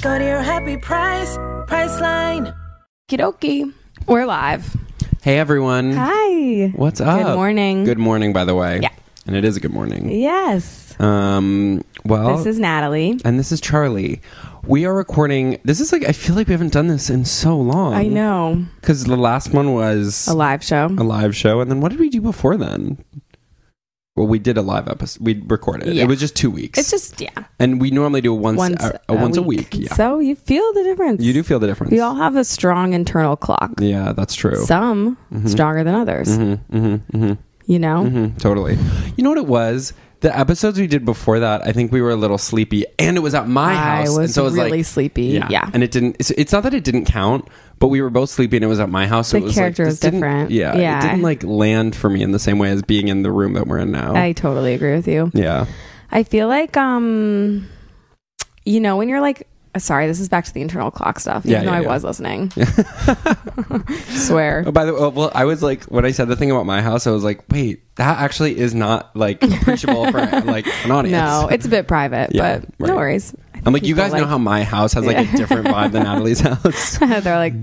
Go to your happy price, Priceline. Kidoki. We're live. Hey everyone. Hi. What's up? morning. Good morning, by the way. Yeah. And it is a good morning. Yes. Um well This is Natalie. and this is Charlie. We are recording this is like I feel like we haven't done this in so long. I know. Because the last one was A live show. a live show, and then what did we do before then? Well, we did a live episode. We recorded. Yeah. It was just two weeks. It's just, yeah. and we normally do a once Once a, a once a week. Yeah, So you feel the difference. you do feel the difference. We all have a strong internal clock. yeah, that's true. Some stronger than others, mm-hmm, mm-hmm, mm-hmm. you know? Mhm, totally. You know what it was? The episodes we did before that, I think we were a little sleepy, and it was at my I house, and was so it was really like, sleepy. Yeah. Yeah. and it didn't. It's, it's not that it didn't count, but we were both sleepy, and it was at my house. So The it was character like, was this didn't- different. Yeah, Yeah. it didn't like land for me in the same way as being in the room that we're in now. I totally agree with you. yeah, I feel like um you know when you're like sorry this is back to the internal clock stuff Yeah, even though yeah, I yeah. was listening swear Oh, by the way, oh, well, I was like when I said the thing about my house, I was like, wait, that actually is not like appreciable for like an audience. no it's a bit private Yeah, but right. no worries I I'm think like, you people guys know how my house has like a different vibe than Natalie's house. they're like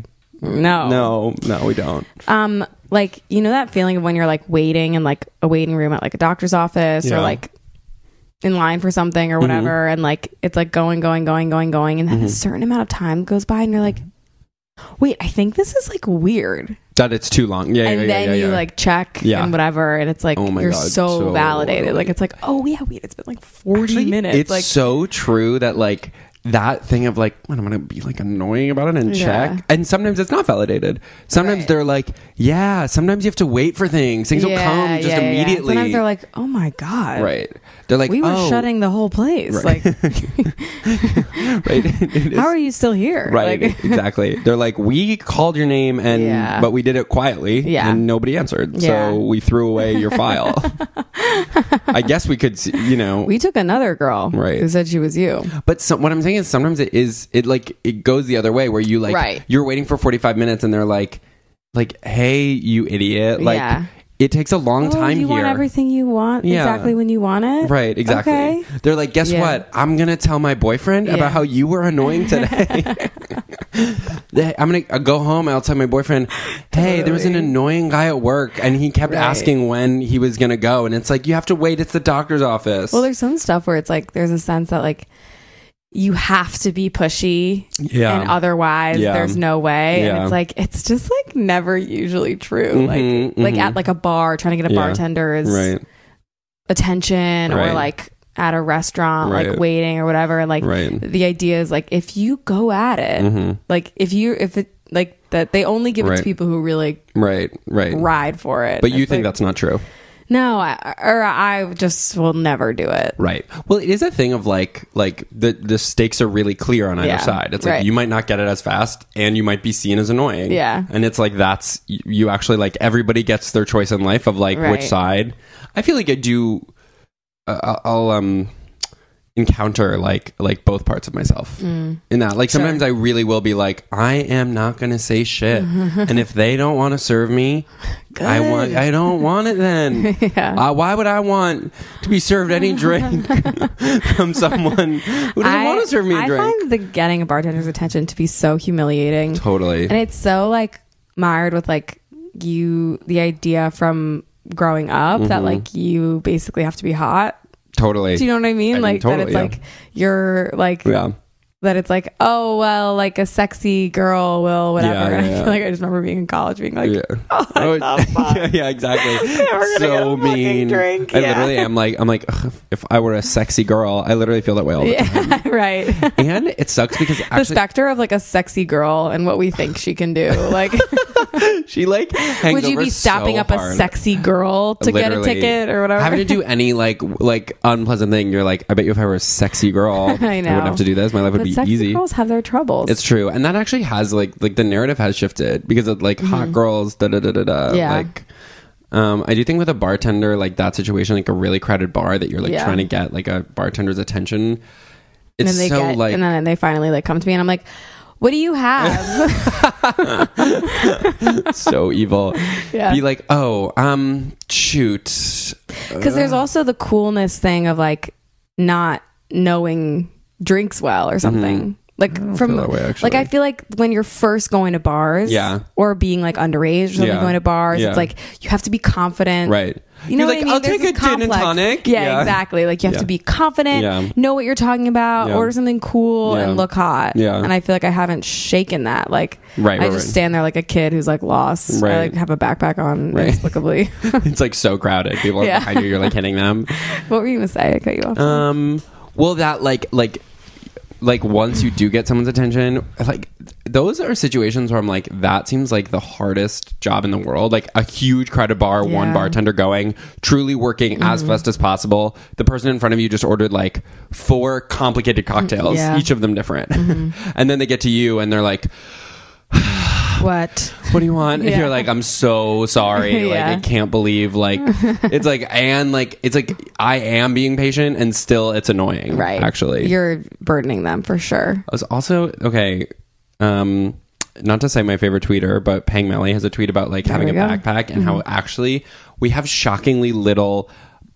no No, no, we don't. um like you know that feeling of when you're like waiting in like a waiting room at like a doctor's office Yeah. Mm-hmm. or like in line for something or whatever and like it's like going going going going going and then a certain amount of time goes by and you're like wait I think this is like weird That it's too long. Yeah, and yeah, then yeah, yeah, you yeah. like check Yeah. and whatever and it's like Oh my you're God, so, so validated like early. it's like oh yeah wait it's been like 40 Actually, minutes It's like so true that like that thing of like when I'm gonna be like annoying about it and Yeah. check. And sometimes it's not validated. Sometimes Right. they're like, yeah. Sometimes you have to wait for things. Things will come just immediately. sometimes they're like oh my god right. They're like, we were "Oh, shutting the whole place Right. like Right. It is- how are you still here Right, like, exactly. They're like, we called your name and Yeah. but we did it quietly, Yeah. and nobody answered. Yeah. So we threw away your file. I guess we could, s- you know, we took another girl Right. who said she was you But some, what I'm saying is sometimes it is it like it goes the other way where you like Right. you're waiting for 45 minutes and they're like like hey you idiot like Yeah. it takes a long oh, time you here want everything you want Yeah. exactly when you want it right exactly okay they're like guess Yeah. what I'm gonna tell my boyfriend Yeah. about how you were annoying today Hey, I'm gonna uh, go home and I'll tell my boyfriend hey there was an Totally. annoying guy at work and he kept Right. asking when he was gonna go and it's like you have to wait it's the doctor's office well there's some stuff where it's like there's a sense that like you have to be pushy yeah and otherwise Yeah. there's no way and Yeah. it's like it's just like never usually true like Mhm, like mhm. at like a bar trying to get a Yeah. bartender's right attention or Right. like at a restaurant like Right. waiting or whatever like Right. the idea is like if you go at it Mhm. like if you if it like that they only give it to Right. people who really right right ride for it But And you it's think like, that's not true. no I, or i just will never do it Right. Well, it is a thing of like like the the stakes are really clear on either Yeah, side. It's like right. you might not get it as fast and you might be seen as annoying. Yeah. And it's like that's you- you actually like everybody gets their choice in life of like Right. which side. I feel like I do uh, I'll um encounter like like both parts of myself Mm. in that like sometimes i really will be like i am not gonna say shit and if they don't want to serve me i want i don't want it then uh, why would i want to be served any drink from someone who doesn't want to serve me a I drink find the getting a bartender's attention to be so humiliating totally and it's so like mired with like Mm-hmm. you the idea from growing up that like you basically have to be hot Totally. Do you know what I mean? I mean, like totally, that it's yeah. like you're like yeah. that it's like, oh well, like a sexy girl will whatever. Yeah, And yeah, I feel yeah. like I just remember being in college being like yeah. Oh, what the fuck? yeah, yeah, exactly. gonna get a so fucking mean. drink, I yeah. literally am like, I'm like, "Ugh, if I were a sexy girl, I literally feel that way all the time. Yeah, right. And it sucks because the actually specter of like a sexy girl and what we think she can do. Like, she like hangs would you over be stopping so up a hard. sexy girl to get a Literally. ticket or whatever? Having to do any like w- like unpleasant thing, you're like, I bet you if I were a sexy girl, I know. wouldn't have to do this. My life would but be sexy easy. girls have their troubles. It's true, and that actually has like like the narrative has shifted because of like hot girls, da da da da da. Mm-hmm. Yeah. Like, um, I do think with a bartender like that situation, like a really crowded bar that you're like Yeah. trying to get like a bartender's attention. and It's then they so get, like and then they finally like come to me, and I'm like, "What do you have?" so evil. Yeah. Be like, oh, um, shoot. Because there's also the coolness thing of like not knowing drinks well or something. Like from Mm-hmm. feel that way, like actually. I feel like when you're first going to bars, Yeah. or being like underage or something Yeah. going to bars, Yeah. it's like you have to be confident, Right. You know, You're what like, I mean? I'll There's take this a gin and complex- tonic. Yeah, Yeah. exactly. Like you have Yeah. to be confident, Yeah. know what you're talking about, Yeah. order something cool, Yeah. and look hot. Yeah. And I feel like I haven't shaken that. Like Right, I right, just right. stand there like a kid who's like lost. Right. I like have a backpack on Right. inexplicably. It's like so crowded. People are Yeah. behind you. You're like hitting them. what were you gonna say? I cut you off. Um, well, that like like like once you do get someone's attention, like those are situations where I'm like, that seems like the hardest job in the world. Like a huge crowded bar, one Yeah. Mm-hmm. bartender going, truly working as fast as possible. The person in front of you just ordered like four complicated Mm, cocktails, yeah. Mm-hmm. each of them different, and then they get to you and they're like. what? what do you want? And Yeah. you're like, I'm so sorry. Yeah. Like, I can't believe, like, it's like, and like, it's like, I am being patient and still it's annoying. Right. Actually. You're burdening them for sure. I was also, okay, um, not to say my favorite tweeter, but Pang Melly has a tweet about like having a we go. Mm-hmm. backpack and how actually we have shockingly little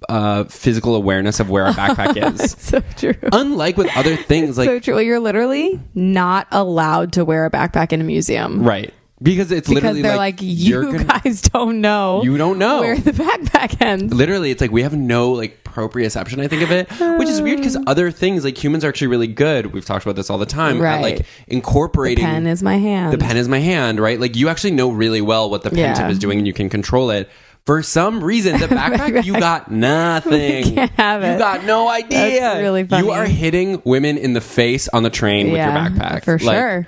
uh, physical awareness of where our backpack is. So true. Unlike with other things, like, so true. Well, you're literally not allowed to wear a backpack in a museum. right. Because it's Because literally they're like, you're you gonna- guys don't know. You don't know." where the backpack ends. literally it's like we have no like proprioception i think of it which is weird because other things like humans are actually really good we've talked about this all the time at, Right. like incorporating Pen is my hand. the pen is my hand right like you actually know really well what the pen Yeah. tip is doing and you can control it for some reason the backpack you got nothing can't have you it. got no idea That's really you funny. are hitting women in the face on the train with your backpack For Like, sure.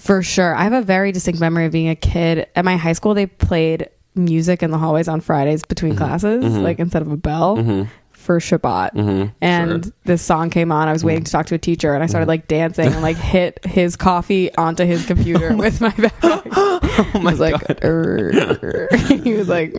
For sure. I have a very distinct memory of being a kid. At my high school, they played music in the hallways on Fridays between Mm-hmm. classes, like instead of a bell. For Shabbat, Mm-hmm. and this song came on. I was waiting to talk to a teacher, and I Mm-hmm. started like dancing and like hit his coffee onto his computer with my backpack. Oh my he was like, "Er." he was like,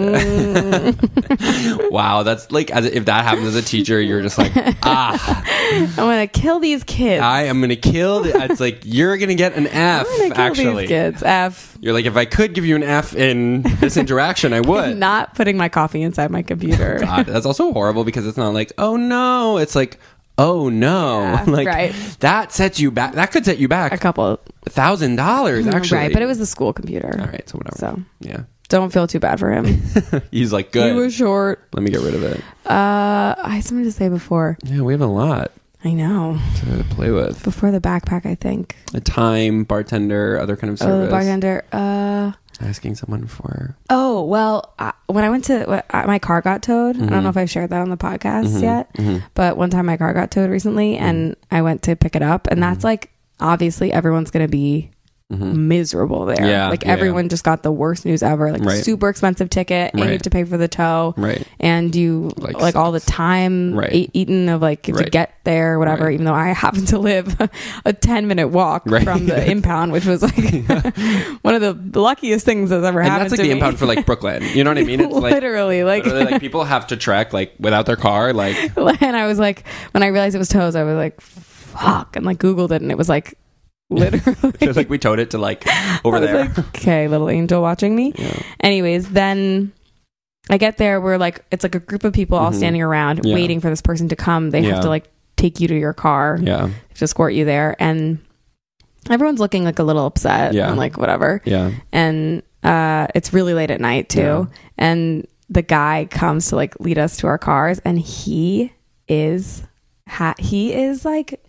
mm. wow that's like as if that happens as a teacher you're just like ah "I'm gonna kill these kids. I am gonna kill. The, it's like you're gonna get an F. I'm gonna kill actually, these kids." F. you're like if I could give you an F in this interaction, I would. Not putting my coffee inside my computer. God, that's also horrible because it's not like oh no, it's like oh no, Yeah, like right. that sets you back. That could set you a back couple a thousand dollars actually. Mm, Hmm, right but it was the school computer all right. So whatever. so Yeah, don't feel too bad for him he's like he good. was short Let me get rid of it. uh i had something to say before Yeah, we have a lot i know to play with. before the backpack i think A time bartender, other kind of service. oh the bartender uh Asking someone for oh well I, when i went to when I- my car got towed i Mm-hmm. don't know if i've shared that on the podcast yet but one time my car got towed recently Mm-hmm. and i went to pick it up and that's like obviously everyone's gonna be miserable there Mm-hmm. Yeah, like yeah, yeah. everyone just got the worst news ever like Right. super expensive ticket and Right. you have to pay for the tow right. and you Like like, all the time Right. e- eaten of like if you Right. get there whatever Right. even though i happen to live a 10 minute walk Right. from the impound which was like one of the luckiest things that's ever And happened that's like to the me impound for like Brooklyn. You know what I mean? It's like literally like, Literally, like people have to trek like without their car. Like and i was like when i realized it was toes i was like fuck and like googled it and it was like literally just like we towed it to like over I was there. like, okay, little angel watching me. Yeah. Anyways, then I get there. We're like, it's like a group of people all Mhm. standing around Yeah. waiting for this person to come. They Yeah. have to like take you to your car yeah, to escort you there. And everyone's looking like a little upset Yeah. and like whatever. yeah, And uh, it's really late at night too. Yeah. And the guy comes to like lead us to our cars, and he is ha- he is like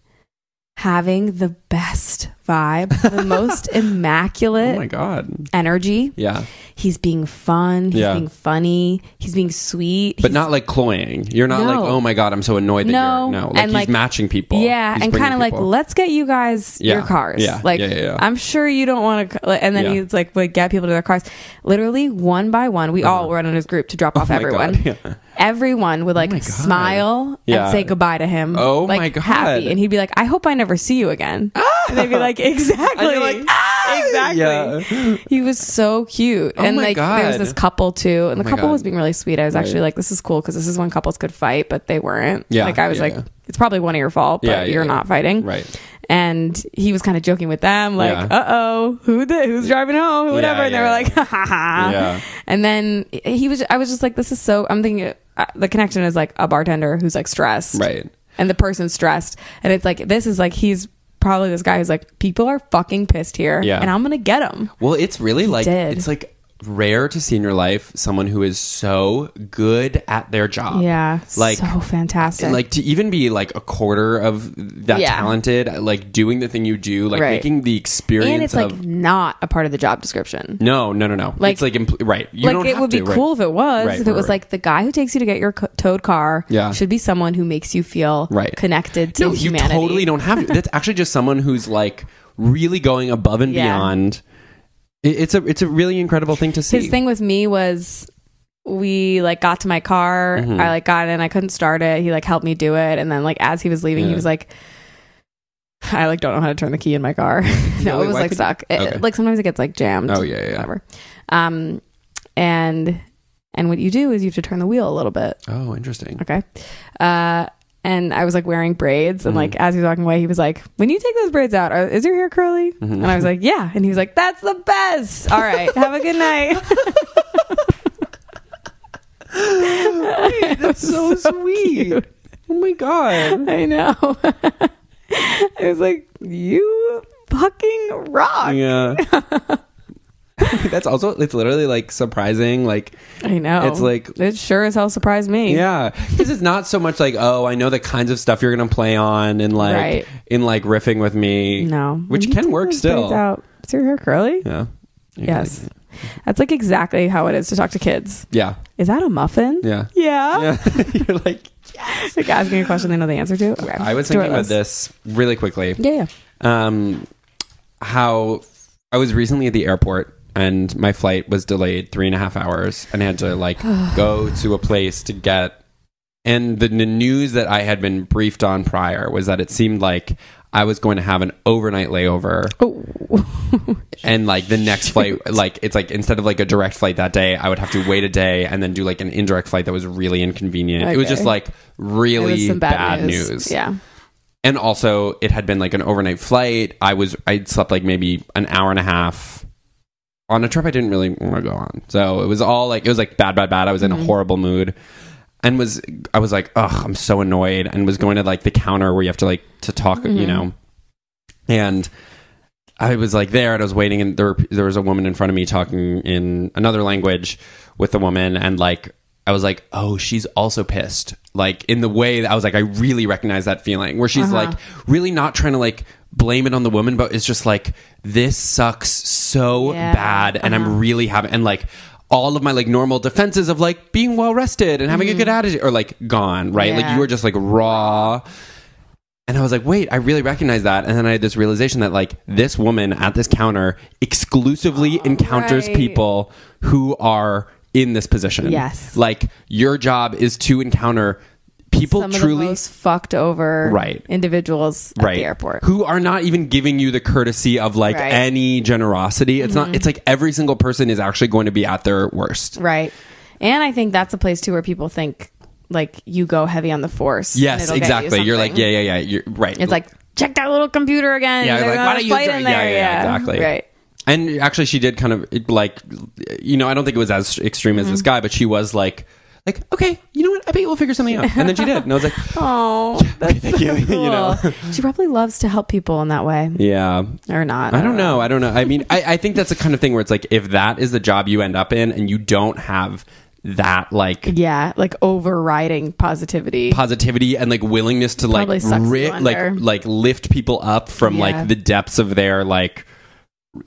having the best vibe, the most Oh my immaculate god. energy. Yeah, He's being fun. He's Yeah. being funny. He's being sweet. but he's- not like cloying. You're not like, No. oh my god, I'm so annoyed that No, you're no. Like and, he's like- matching people. Yeah, He's and bringing kind of like, people. let's get you guys Yeah, your cars. yeah, Like, yeah, yeah, yeah. I'm sure you don't want to. And then Yeah. he's like, like, get people to their cars. Literally, one by one, we all were on his group to drop off Uh-huh. Oh my everyone. God, yeah. Oh Everyone would like smile Yeah. and say goodbye to him. Oh like, my God. happy. And he'd be like, I hope I never see you again. and they'd be like, exactly, And you're like, "Ah!" exactly. He was so cute. Oh and my like, there was God. Oh this couple too, and the my couple God. was being really sweet. I was Right. actually like, this is cool because this is when couples could fight, but they weren't. Yeah, like I was yeah, like, yeah. it's probably one of your fault, but Yeah, yeah, you're yeah. not fighting. Right. And he was kind of joking with them, like, Yeah. uh oh, who the, who's driving home, whatever. and they yeah, were yeah. like, ha ha ha. Yeah. And then he was, I was just like, this is so, I'm thinking uh, the connection is like a bartender who's like stressed. Right. And the person's stressed. And it's like, this is like, he's probably this guy who's like, people are fucking pissed here. Yeah. And I'm going to get them. Well, it's really like did. it's like rare to see in your life someone who is so good at their job. Yeah. Like so fantastic. and, like to even be like a quarter of that Yeah. talented, like doing the thing you do, like Right. making the experience and it's of like not a part of the job description. no, no, no, no. Like- it's like impl- right. You like don't it have would be to, right. cool if it was Right, if it right, was right. like the guy who takes you to get your co- towed car Yeah. should be someone who makes you feel right connected to no, humanity. You totally don't have to. That's actually just someone who's like really going above and Yeah. beyond. It- It's a it's a really incredible thing to see. His thing with me was we like got to my car. Mm-hmm. I like got in. I couldn't start it. He like helped me do it. And then like as he was leaving, he Yeah. was like, I like don't know how to turn the key in my car. no, wait, it was why like could- stuck. It- Okay. like sometimes it gets like jammed. Oh, yeah, yeah, yeah. whatever. Um, and and what you do is you have to turn the wheel a little bit. oh, interesting. Okay. Uh, and I was like wearing braids, and Mm-hmm. like as he was walking away, he was like, "When you take those braids out, are, is your hair curly?" Mm-hmm. And I was like, "Yeah." And he was like, "That's the best. All right, have a good night." That's so, sweet. Oh my god. I know. I was like, "You fucking rock." Yeah. That's also it's literally like surprising like I know. It's like- it sure as hell surprised me. yeah because it's not so much like oh I know the kinds of stuff you're gonna play on and like Right. in like riffing with me No. When which you can take work those Braids still out. Is your hair curly? yeah You can, Yes. like, That's like exactly how it is to talk to kids. yeah Is that a muffin? yeah Yeah. yeah you're like like asking a question they know the answer to. Okay. I let's was do our thinking about list. this really quickly Yeah, yeah. um, how I was recently at the airport and my flight was delayed three and a half hours, and I had to like go to a place to get. And the, the news that I had been briefed on prior was that it seemed like I was going to have an overnight layover, Oh. and like the next flight, like it's like instead of like a direct flight that day, I would have to wait a day and then do like an indirect flight that was really inconvenient. It was Okay. just like It was really some bad, news Yeah. and also it had been like an overnight flight i was i slept like maybe an hour and a half on a trip i didn't really want to go on so it was all like it was like bad bad bad i was in a horrible mood and was i was like ugh i'm so annoyed and was going to like the counter where you have to like to talk you know and I was like there and I was waiting and there were, there was a woman in front of me talking in another language with the woman and like I was like oh she's also pissed like in the way that I was like I really recognize that feeling where she's like Uh-huh. really not trying to like blame it on the woman but it's just like this sucks so Yeah. Uh-huh. bad and I'm really having and like all of my like normal defenses of like being well rested and having a good attitude are like gone right like Mm-hmm. Yeah. you were just like raw and I was like, wait, I really recognize that. And then I had this realization that like this woman at this counter exclusively encounters right. people who are in this position. Yes. Like your job is to encounter people Some of the truly most fucked over Right. individuals at right the airport. who are not even giving you the courtesy of like Right. Mm-hmm. any generosity. It's not it's like every single person is actually going to be at their worst. right. And I think that's a place too where people think like you go heavy on the force. and Yes, it'll get exactly. You are like, something. yeah, yeah, yeah. You're right. It's like check that little computer again. Yeah, They're like gonna why don't you? fight do- in yeah, there. yeah, exactly. Right. And actually, she did kind of it, like, you know, I don't think it was as extreme as Mm-hmm. this guy, but she was like, like, okay, you know what? I bet we'll figure something out. And then she did, and I was like, Oh, that's thank you. so cool. You know. She probably loves to help people in that way, yeah. or not. I don't know. I don't know. I mean, I, I think that's the kind of thing where it's like, if that is the job you end up in, and you don't have that like yeah, like overriding positivity. positivity and like willingness to like Probably sucks ri- you like under. like lift people up from Yeah. like the depths of their like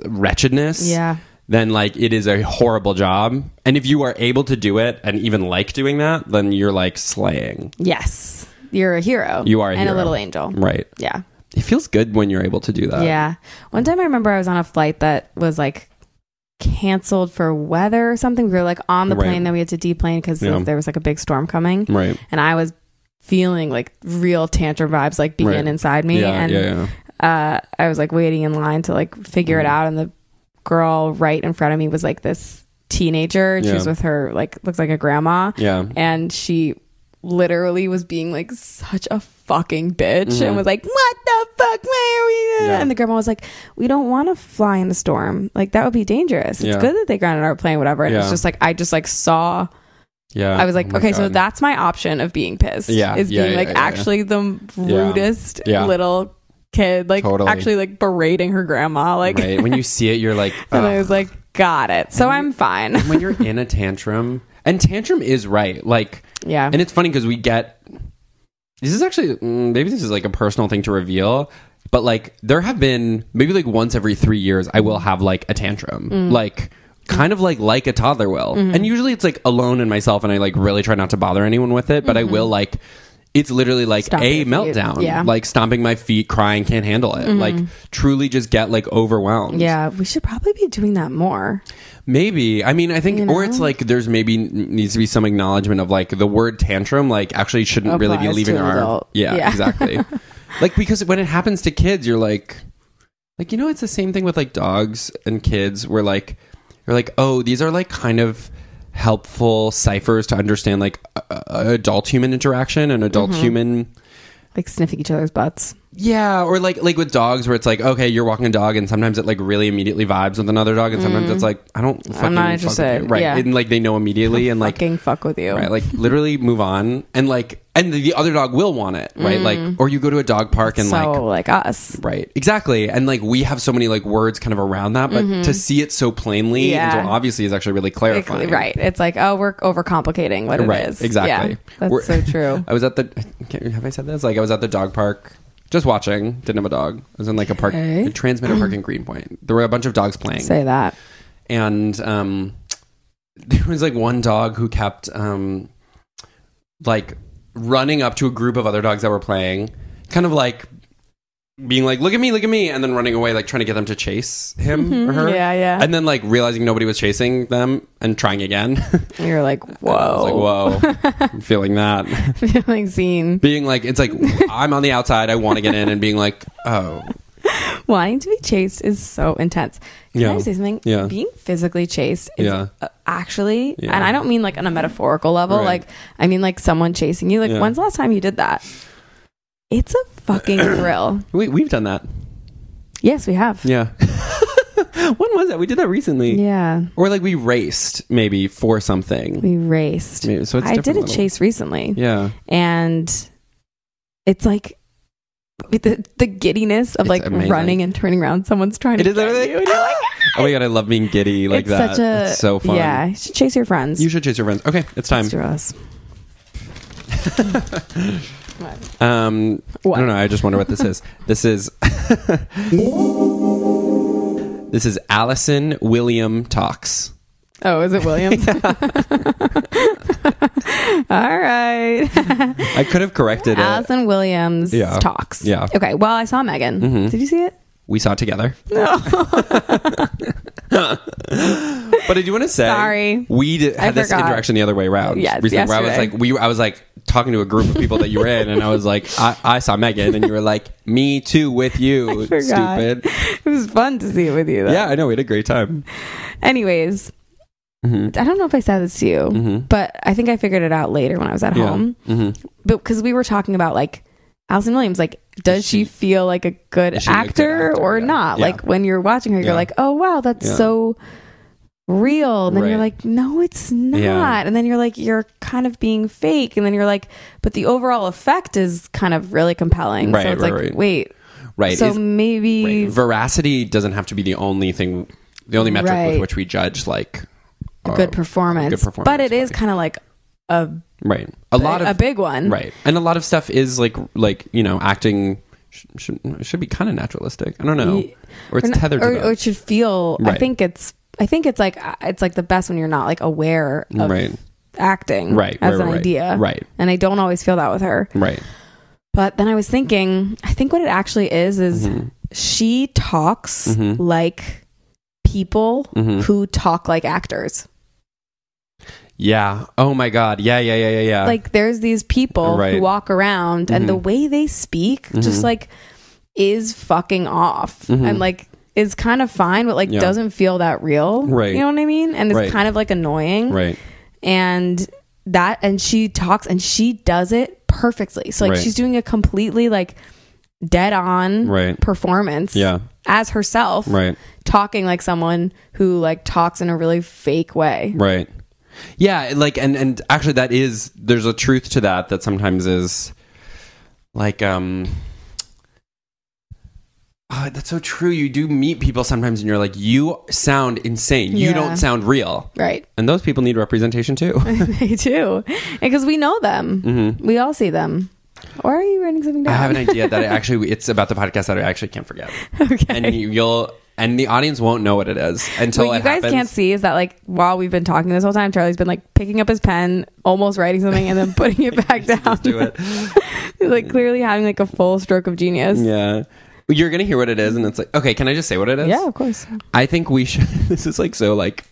wretchedness Yeah. then like it is a horrible job and if you are able to do it and even like doing that then you're like slaying yes, you're a hero. you are a and hero. a little angel. right Yeah. it feels good when you're able to do that yeah. One time I remember I was on a flight that was like canceled for weather or something. We were like on the Right. plane, then we had to deplane because Yeah. there was like a big storm coming. right And I was feeling like real tantrum vibes like begin Right. inside me. yeah, and yeah Mm-hmm. yeah uh, I was like waiting in line to like figure it out, and the girl right in front of me was like this teenager. She Yeah. was with her like looks like a grandma, Yeah. and she literally was being like such a fucking bitch and was like, "What the fuck? Why are we?" Mm-hmm. Yeah. And the grandma was like, "We don't want to fly in a storm. Like that would be dangerous. It's Yeah. good that they grounded our plane, whatever." And it's Yeah. just like I just like saw. yeah I was like, Oh my okay, so God. that's my option of being pissed. Yeah, Is yeah, being yeah, like yeah, yeah. actually the Yeah. rudest Yeah. little kid, like Totally. actually like berating her grandma. Like, right when you see it you're like and I "Ugh." was like, got it. So I'm fine. when you're in a tantrum and tantrum is right like yeah. And it's funny because we get this is actually mm, maybe this is like a personal thing to reveal, but like there have been maybe like once every three years I will have like a tantrum, Mm. like kind of like like a toddler will, Mm-hmm. and usually it's like alone in myself, and I like really try not to bother anyone with it, but I will like it's literally like Mm-hmm. Stomp a your feet. meltdown, Yeah. Mm-hmm. like stomping my feet, crying, can't handle it, like truly just get like overwhelmed, yeah. We should probably be doing that more. Maybe. I mean, I think, or it's like there's maybe n- needs to be some acknowledgement of like the word tantrum, like actually shouldn't really be Applies leaving to an our. adult. Yeah, Yeah. exactly. like, because when it happens to kids, you're like, like, you know, it's the same thing with like dogs and kids where like, you're like, oh, these are like kind of helpful ciphers to understand like a- a- adult human interaction and adult Mm-hmm. human Like sniffing each other's butts. yeah, or like like with dogs where it's like, okay, you're walking a dog and sometimes it like really immediately vibes with another dog and sometimes it's like, I don't fucking Mm. not fuck with interested. you. Right. Yeah. And like they know immediately and like Fucking fuck with you. right, like literally move on and like and the, the other dog will want it, right? Like or you go to a dog park and Mm. so like like, us. Right. Exactly. And like we have so many like words kind of around that, but to see it so plainly Mm-hmm. Yeah. and so obviously is actually really Like, clarifying. right. It's like, oh, we're overcomplicating what right it is. exactly Yeah, that's We're- so true. i was at the I can't- have i said this like i was at the dog park just watching didn't have a dog i was in like a park Okay. a transmitter park in greenpoint there were a bunch of dogs playing Say that. and um there was like one dog who kept um like running up to a group of other dogs that were playing kind of like being like look at me look at me and then running away like trying to get them to chase him or her Mm-hmm. Yeah, yeah. and then like realizing nobody was chasing them and trying again And you're like, whoa. I was like, whoa, I'm feeling that. Feeling seen. Being like, it's like, I'm on the outside, I want to get in, and being like, oh, wanting to be chased is so intense. Can Yeah. I say something? Yeah. Being physically chased is Yeah. uh, actually, Yeah. and I don't mean like on a metaphorical level. Right. Like I mean like someone chasing you. Like Yeah. when's the last time you did that? It's a fucking thrill. we, we've done that. Yes, we have. Yeah. when was that? We did that recently. Yeah. Or like we raced maybe for something. We raced. Maybe- so it's I did different a little- chase recently, Yeah. and it's like. with The, the giddiness of It's like amazing. running and turning around, someone's trying It to is get everything. you, and you're like, "Ah!" Oh my God, I love being giddy like it's that. such a it's so fun. Yeah, you should chase your friends. You should chase your friends. Okay, it's time. Let's do us. Um, What? I don't know. I just wonder what this is. This is this is Allison William talks. Oh, is it Williams? All right. I could have corrected it. Allison Williams Yeah. talks. Yeah. Mm-hmm. Okay. Well, I saw Megan. Did you see it? We saw it together. No. but I do want to say, Sorry. we did, had this forgot. interaction the other way around. Yes, recently, where I was yesterday. like, we, I was like talking to a group of people that you were in, and I was like, I, I saw Megan, and you were like, me too with you, forgot. stupid. It was fun to see it with you, though. Yeah, I know. We had a great time. Anyways, Mhm. I don't know if I said this to you, but I think I figured it out later when I was at Mm-hmm. Yeah. home. Mhm. But because we were talking about like Allison Williams, like, does she, feel like a good, she a good actor, actor? or Yeah. not? Yeah. Like, when you're watching her, you're Yeah. like, oh, wow, that's Yeah. so real. And then you're Right. like, no, it's not. Yeah. And then you're like, you're kind of being fake. And then you're like, but the overall effect is kind of really compelling. Right, so it's right, like, right. wait. Right. So is- maybe right. Veracity doesn't have to be the only thing, the only metric Right. with which we judge like uh, a are good performance, good performance, but it is right. kind of like a right. A lot of a big one, right, and a lot of stuff is like like you know acting sh- should should be kind of naturalistic. I don't know, Ye- or it's not- tethered or, to that. or it should feel. I Right. think it's. I think it's like uh, it's like the best when you're not like aware of Right. acting Right, as right, an right, idea, right. And I don't always feel that with her. right. But then I was thinking, I think what it actually is is Mm-hmm. she talks Mhm. like people Mhm. who talk like actors. Yeah. Oh my God. Yeah. Yeah. Yeah. Yeah. Yeah. like there's these people Uh, Right. Mm-hmm. who walk around and the way they speak Mhm. just like is fucking off Mhm. and like is kind of fine but like Yeah. doesn't feel that real Right. you know what i mean and it's Right. kind of like annoying right. and that and she talks and she does it perfectly so like Right. she's doing a completely like dead on Right. performance Yeah. as herself Right. talking like someone who like talks in a really fake way Right. Yeah, like and and actually that is there's a truth to that that sometimes is like um oh, that's so true. You do meet people sometimes and you're like you sound insane. You Yeah. don't sound real. right And those people need representation too. they do because we know them we all see them or are you writing something Mm-hmm. I down have an idea that I actually it's about the podcast that I actually can't forget. okay And you, you'll and the audience won't know what it is until what it you guys happens. can't see is that like while we've been talking this whole time charlie's been like picking up his pen almost writing something and then putting it back down Just do it. He's, like clearly having like a full stroke of genius Yeah. You're going to hear what it is and it's like, okay, can I just say what it is? yeah of course I think we should. This is like so like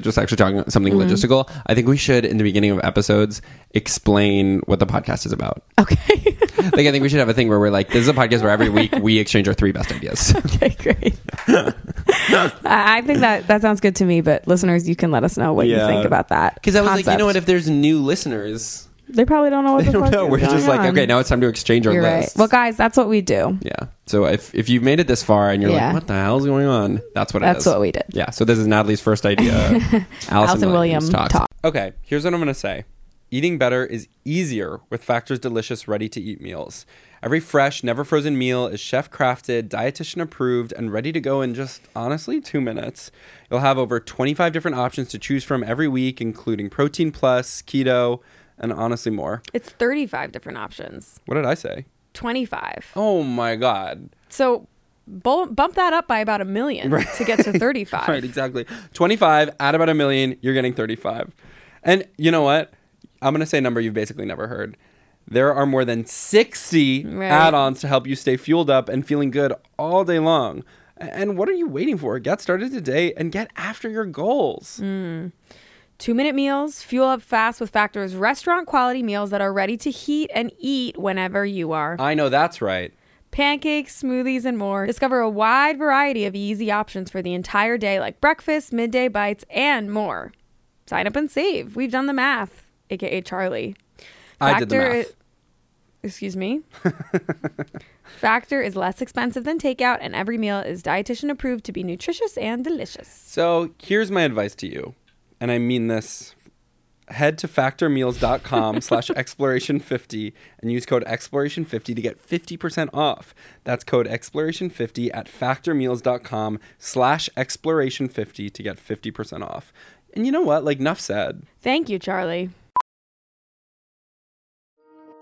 just actually talking about something Mm-hmm. logistical. I think we should in the beginning of episodes explain what the podcast is about. okay Like I think we should have a thing where we're like, this is a podcast where every week we exchange our three best ideas. okay great i I think that that sounds good to me but listeners you can let us know what Yeah. you think about that Because I was like, you know what? concept. If there's new listeners, they probably don't know what I the don't fuck know. is We're just going like, on. okay, now it's time to exchange our you're right lists. well guys that's what we do yeah. So if if you've made it this far and you're Yeah. like, what the hell's going on? That's what it is. that's what we did Yeah, so this is Natalie's first idea. Allison, Allison Williams, Williams talks. Talks. Okay, here's what I'm going to say. Eating better is easier with Factor's delicious ready to eat meals. Every fresh, never frozen meal is chef crafted, dietitian approved, and ready to go in just honestly 2 minutes. You'll have over 25 different options to choose from every week including protein plus, keto, and honestly more. It's 35 different options. What did I say? 25. Oh my god. So bul- bump that up by about a million to get to 35. Right, exactly. 25 at about a million, you're getting 35. And you know what? I'm going to say a number you've basically never heard. There are more than 60 Right. add ons to help you stay fueled up and feeling good all day long. A- And what are you waiting for? Get started today and get after your goals. Two minute meals, fuel up fast with Factor's restaurant quality meals that are ready to heat and eat whenever you are. I know that's right. Pancakes, smoothies, and more. Discover a wide variety of easy options for the entire day, like breakfast, midday bites, and more. Sign up and save. We've done the math, aka Charlie. I did the math. Excuse me. Factor is less expensive than takeout, and every meal is dietitian approved to be nutritious and delicious. So here's my advice to you, and I mean this. Head to factormeals.com slash exploration50 and use code exploration50 to get 50% off. That's code exploration50 at factormeals.com slash exploration50 to get 50% off. And you know what? Like, enough said. Thank you, Charlie.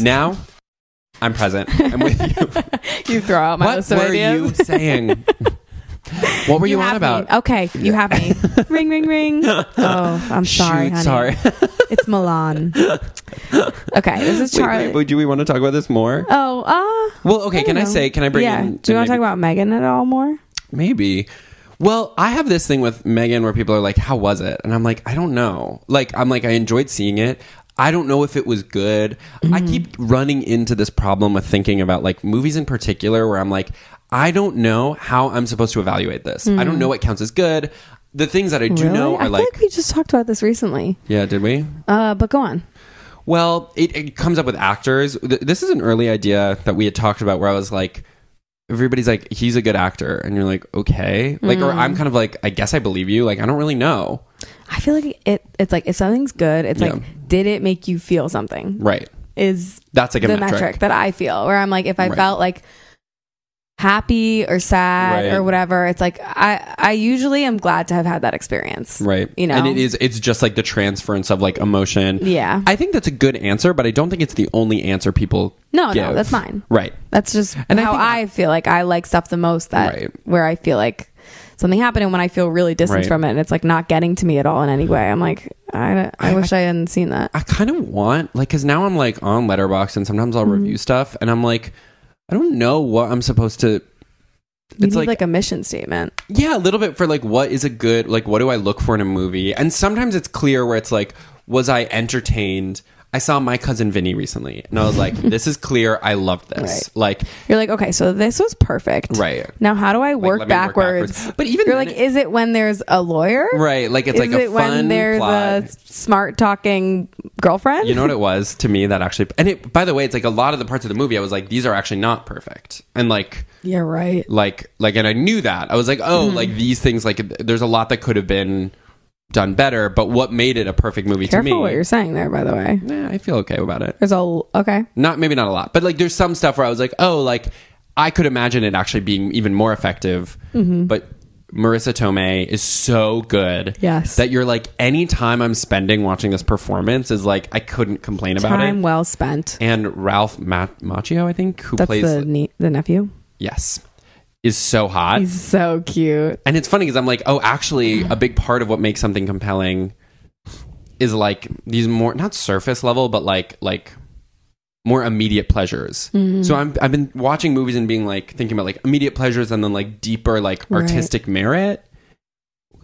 Now, I'm present. I'm with you. you throw out my what list of were ideas you saying? what were you, on have about? Me. Oh, Okay, you have me. ring, ring, ring. Oh, I'm sorry, Shoot, honey. sorry. It's Milan. Okay, this is Wait, Charlie. wait, do we want to talk about this more? Oh, uh. Well, okay, can I know. say- can I bring Yeah. in- Do you and want to talk maybe- about Megan at all more? Maybe. Well, I have this thing with Megan where people are like, "How was it?" And I'm like, "I don't know." Like, I'm like, I enjoyed seeing it. I don't know if it was Mm-hmm. good. I keep running into this problem with thinking about like movies in particular where I'm like, I don't know how I'm supposed to evaluate this. I don't know what counts as good. The things that I do Mm. Really? know I are feel like, like we just talked about this recently. yeah, did we? Uh, but go on. Well, it, it comes up with actors. Th- This is an early idea that we had talked about where I was like, everybody's like, he's a good actor. And you're like, okay. Like, or Hmm. I'm kind of like, I guess I believe you. Like, I don't really know. I feel like it. It's like if something's good, it's Yeah. like did it make you feel something? Right. Is That's like a the metric. metric. that I feel where I'm like if I Right. felt like happy or sad Right. or whatever, it's like I I usually am glad to have had that experience. Right. You know. And it is, it's just like the transference of like emotion. Yeah. I think that's a good answer, but I don't think it's the only answer people no, no, give. that's mine. Right. That's just And I how think- I, feel like I like stuff the most that Right. where I feel like something happened and when I feel really distant Right. from it and it's like not getting to me at all in any way. I'm like I don't- I, wish I, hadn't seen that. I kind of want like because now I'm like on Letterbox and sometimes Hmm. I'll review stuff and I'm like I don't know what I'm supposed to. you It's need like, like, a mission statement. yeah, a little bit for like what is a good like what do I look for in a movie and sometimes it's clear where it's like was I entertained. I saw my cousin Vinny recently, and I was like, "This is clear. I love this." Like, You're like, okay, so this was perfect. Right. Now how do I Like, work, let me work backwards? backwards. But even You're then like, it- is it when there's a lawyer? right? Like, it's is like a it fun when there's plot. a smart talking girlfriend? you know what it was to me that actually, and it. By the way, it's like a lot of the parts of the movie. I was like, "These are actually not perfect," and like, Yeah, right. like like and i knew that i was like oh Mm-hmm. like these things like th- there's a lot that could have been done better but what made it a perfect movie Careful to me what you're saying there, by the way. Nah, i feel okay about it There's a l- okay. not maybe not a lot but like there's some stuff where i was like oh like i could imagine it actually being even more effective Mm-hmm. but marissa tomei is so good Yes. that you're like any time i'm spending watching this performance is like i couldn't complain about Time it well spent. and ralph Mac- macchio i think who That's plays the ne- the nephew. yes is so hot He's so cute. and it's funny because I'm like, oh, actually, a big part of what makes something compelling is like these more not surface level, but like like more immediate pleasures. Mm-hmm. So Hmm. I'm I've been watching movies and being like thinking about like immediate pleasures and then like deeper like Right. artistic merit.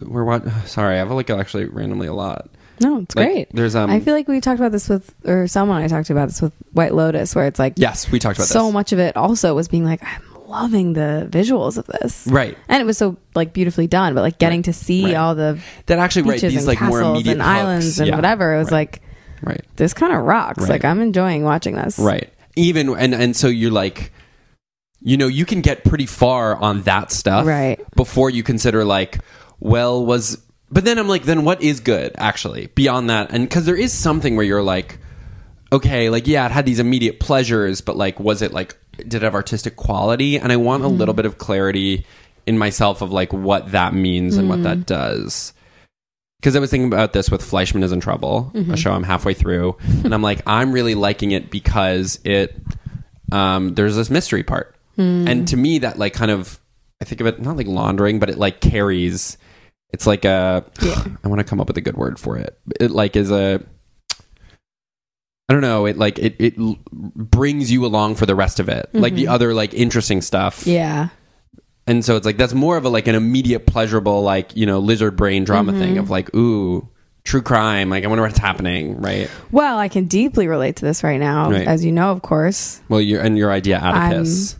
We're what? Sorry, I feel like actually randomly a lot. No, it's Like, great. There's um. I feel like we talked about this with or someone I talked about this with White Lotus, where it's like yes, we talked about so this. much of it also was being like, I'm loving the visuals of this. Right. And it was so like beautifully done, but like getting Right. to see Right. all the That actually right beaches these and like more castles immediate and hooks. islands and Yeah. whatever. It was Right. like right. this kind of rocks. Right. Like I'm enjoying watching this. right even and and so you're like you know you can get pretty far on that stuff Right. before you consider like well was but then i'm like then what is good actually beyond that and because there is something where you're like okay like yeah it had these immediate pleasures but like was it like did it have artistic quality and i want a little bit of clarity in myself of like what that means and what that does because I was thinking about this with Fleischman is in Trouble, a show I'm halfway through, and I'm like, I'm really liking it because it um, there's this mystery part, Mm. and to me that like kind of I think of it not like laundering, but it like carries. It's like a I want to come up with a good word for it. It like is a I don't know. It like it it l- brings you along for the rest of it, like the other like interesting stuff Mm-hmm. Yeah. and so it's like that's more of a like an immediate pleasurable like you know lizard brain drama Mm-hmm. thing of like ooh true crime like i wonder what's happening right Well, I can deeply relate to this right now, Right. as you know, of course. well your and your idea atticus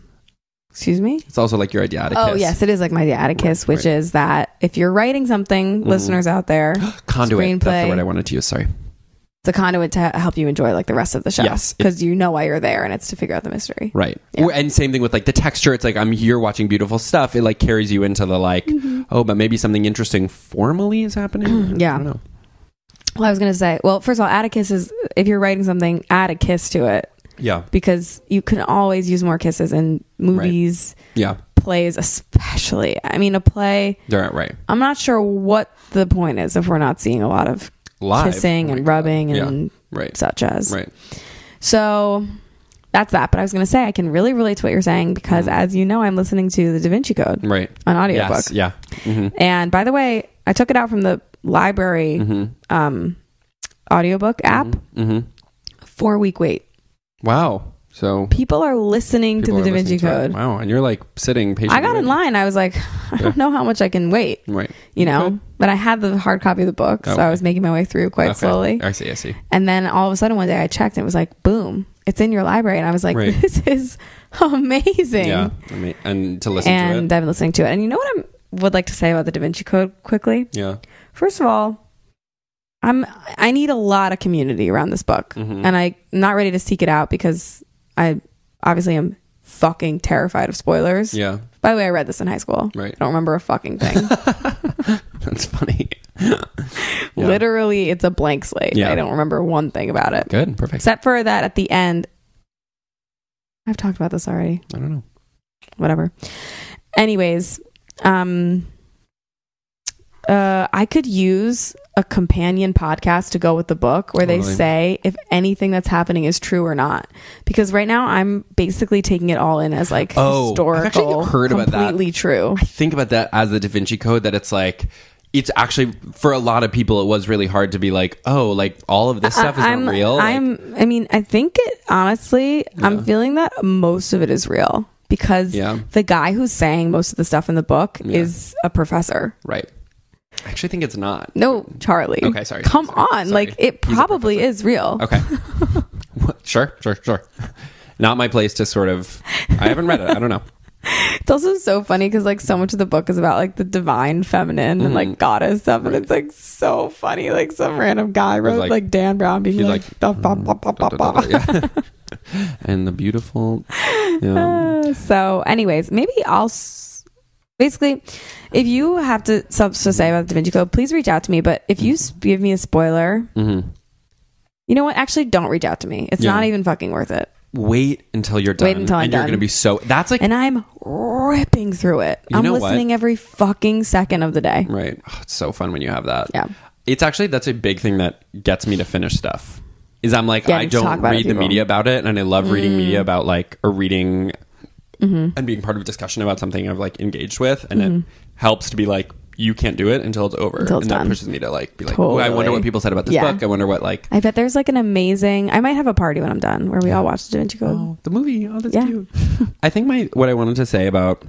Excuse me. it's also like your idea atticus Oh yes, it is like my Atticus, Right, Mm-hmm. which is that if you're writing something, listeners out there, conduit that's Screenplay. the word i wanted to use sorry it's a conduit to help you enjoy like the rest of the show. Yes. because you know why you're there, and it's to figure out the mystery. right Or- and same thing with like the texture it's like i'm here watching beautiful stuff it like carries you into the like oh but maybe something interesting formally is happening Mm-hmm. Yeah. I don't know. Well, I was gonna say, well, first of all, Atticus is if you're writing something, add a kiss to it yeah because you can always use more kisses in movies, yeah plays, especially. I mean, a play. they're right, right I'm not sure what the point is if we're not seeing a lot of Live. kissing Oh my and God. rubbing Yeah. and Right. such as. right So that's that. But I was going to say I can really relate to what you're saying because, as you know, I'm listening to The Da Vinci Code right on audiobook. Mm-hmm. yes yeah Mhm. And by the way, I took it out from the library Mm-hmm. um, audiobook app. Mhm. Four week wait. wow so People are listening people to are The Da Vinci listening to it. Code. wow and you're like sitting patiently I got in waiting. line. I was like, I don't know how much I can wait, right you know. Okay. But I had the hard copy of the book, so Okay. I was making my way through quite Okay. slowly. I see, I see. And then all of a sudden one day I checked and it was like, boom, it's in your library. And I was like, Right. this is amazing. Yeah, I mean, and to listen and uh, to it. I've been listening to it. And you know what I would like to say about the Da Vinci Code quickly? yeah, First of all, I'm I need a lot of community around this book, Mhm. and I'm not ready to seek it out because I obviously am fucking terrified of spoilers. yeah, By the way, I read this in high school. Right. I don't remember a fucking thing. that's funny. Yeah. Literally, it's a blank slate. Yeah. I don't remember one thing about it. Good, perfect. Except for that at the end, I've talked about this already. I don't know. Whatever. Anyways, um, uh, I could use a companion podcast to go with the book where they Totally. say if anything that's happening is true or not. Because right now I'm basically taking it all in as like Oh, I've actually historical, heard about that. completely true. I think about that as the Da Vinci Code that it's like it's actually for a lot of people it was really hard to be like oh like all of this stuff is I- I'm, not real. Like, I'm. I mean, I think it. Honestly, I'm feeling that most of it is real because Yeah. the guy who's saying most of the stuff in the book Yeah. is a professor. right. I actually think it's not. No, Charlie. Okay, sorry, Come sorry, on, sorry. like it He's a probably professor. is real. Okay. What- sure, sure, sure. Not my place to sort of. I haven't read it. I don't know. It's also so funny because like so much of the book is about like the divine feminine and Mm-hmm. like goddess stuff, and it's like so funny. Like some random guy wrote like, like- Dan Brown being he's like, like, mm, "Bah, bah, bah, bah, bah, bah." Yeah. and the beautiful. Yeah. So, anyways, maybe I'll s- basically, if you have to stuff to say about the Da Vinci Code, please reach out to me. But if you Mm-hmm. s- give me a spoiler, hmm you know what? Actually, don't reach out to me. It's Yeah. not even fucking worth it. Wait until you're done. Wait until I'm and you're done. going to be so. That's like And I'm ripping through it. You I'm know what? listening every fucking second of the day. Right. Oh, it's so fun when you have that. Yeah. It's actually that's a big thing that gets me to finish stuff. Is I'm like Getting I to talk don't about it read the with people. Mm. media about it, and I love reading media about like or reading Mm-hmm. and being part of a discussion about something I've like engaged with, and it helps to be like you can't do it until it's over, Until it's and done. that pushes me to like be like, oh, I wonder Totally. what people said about this Yeah. book. I wonder what like I bet there's like an amazing. I might have a party when I'm done where we all watch the Da Vinci Code. Oh, the movie. Oh, that's Yeah. cute. I think my what I wanted to say about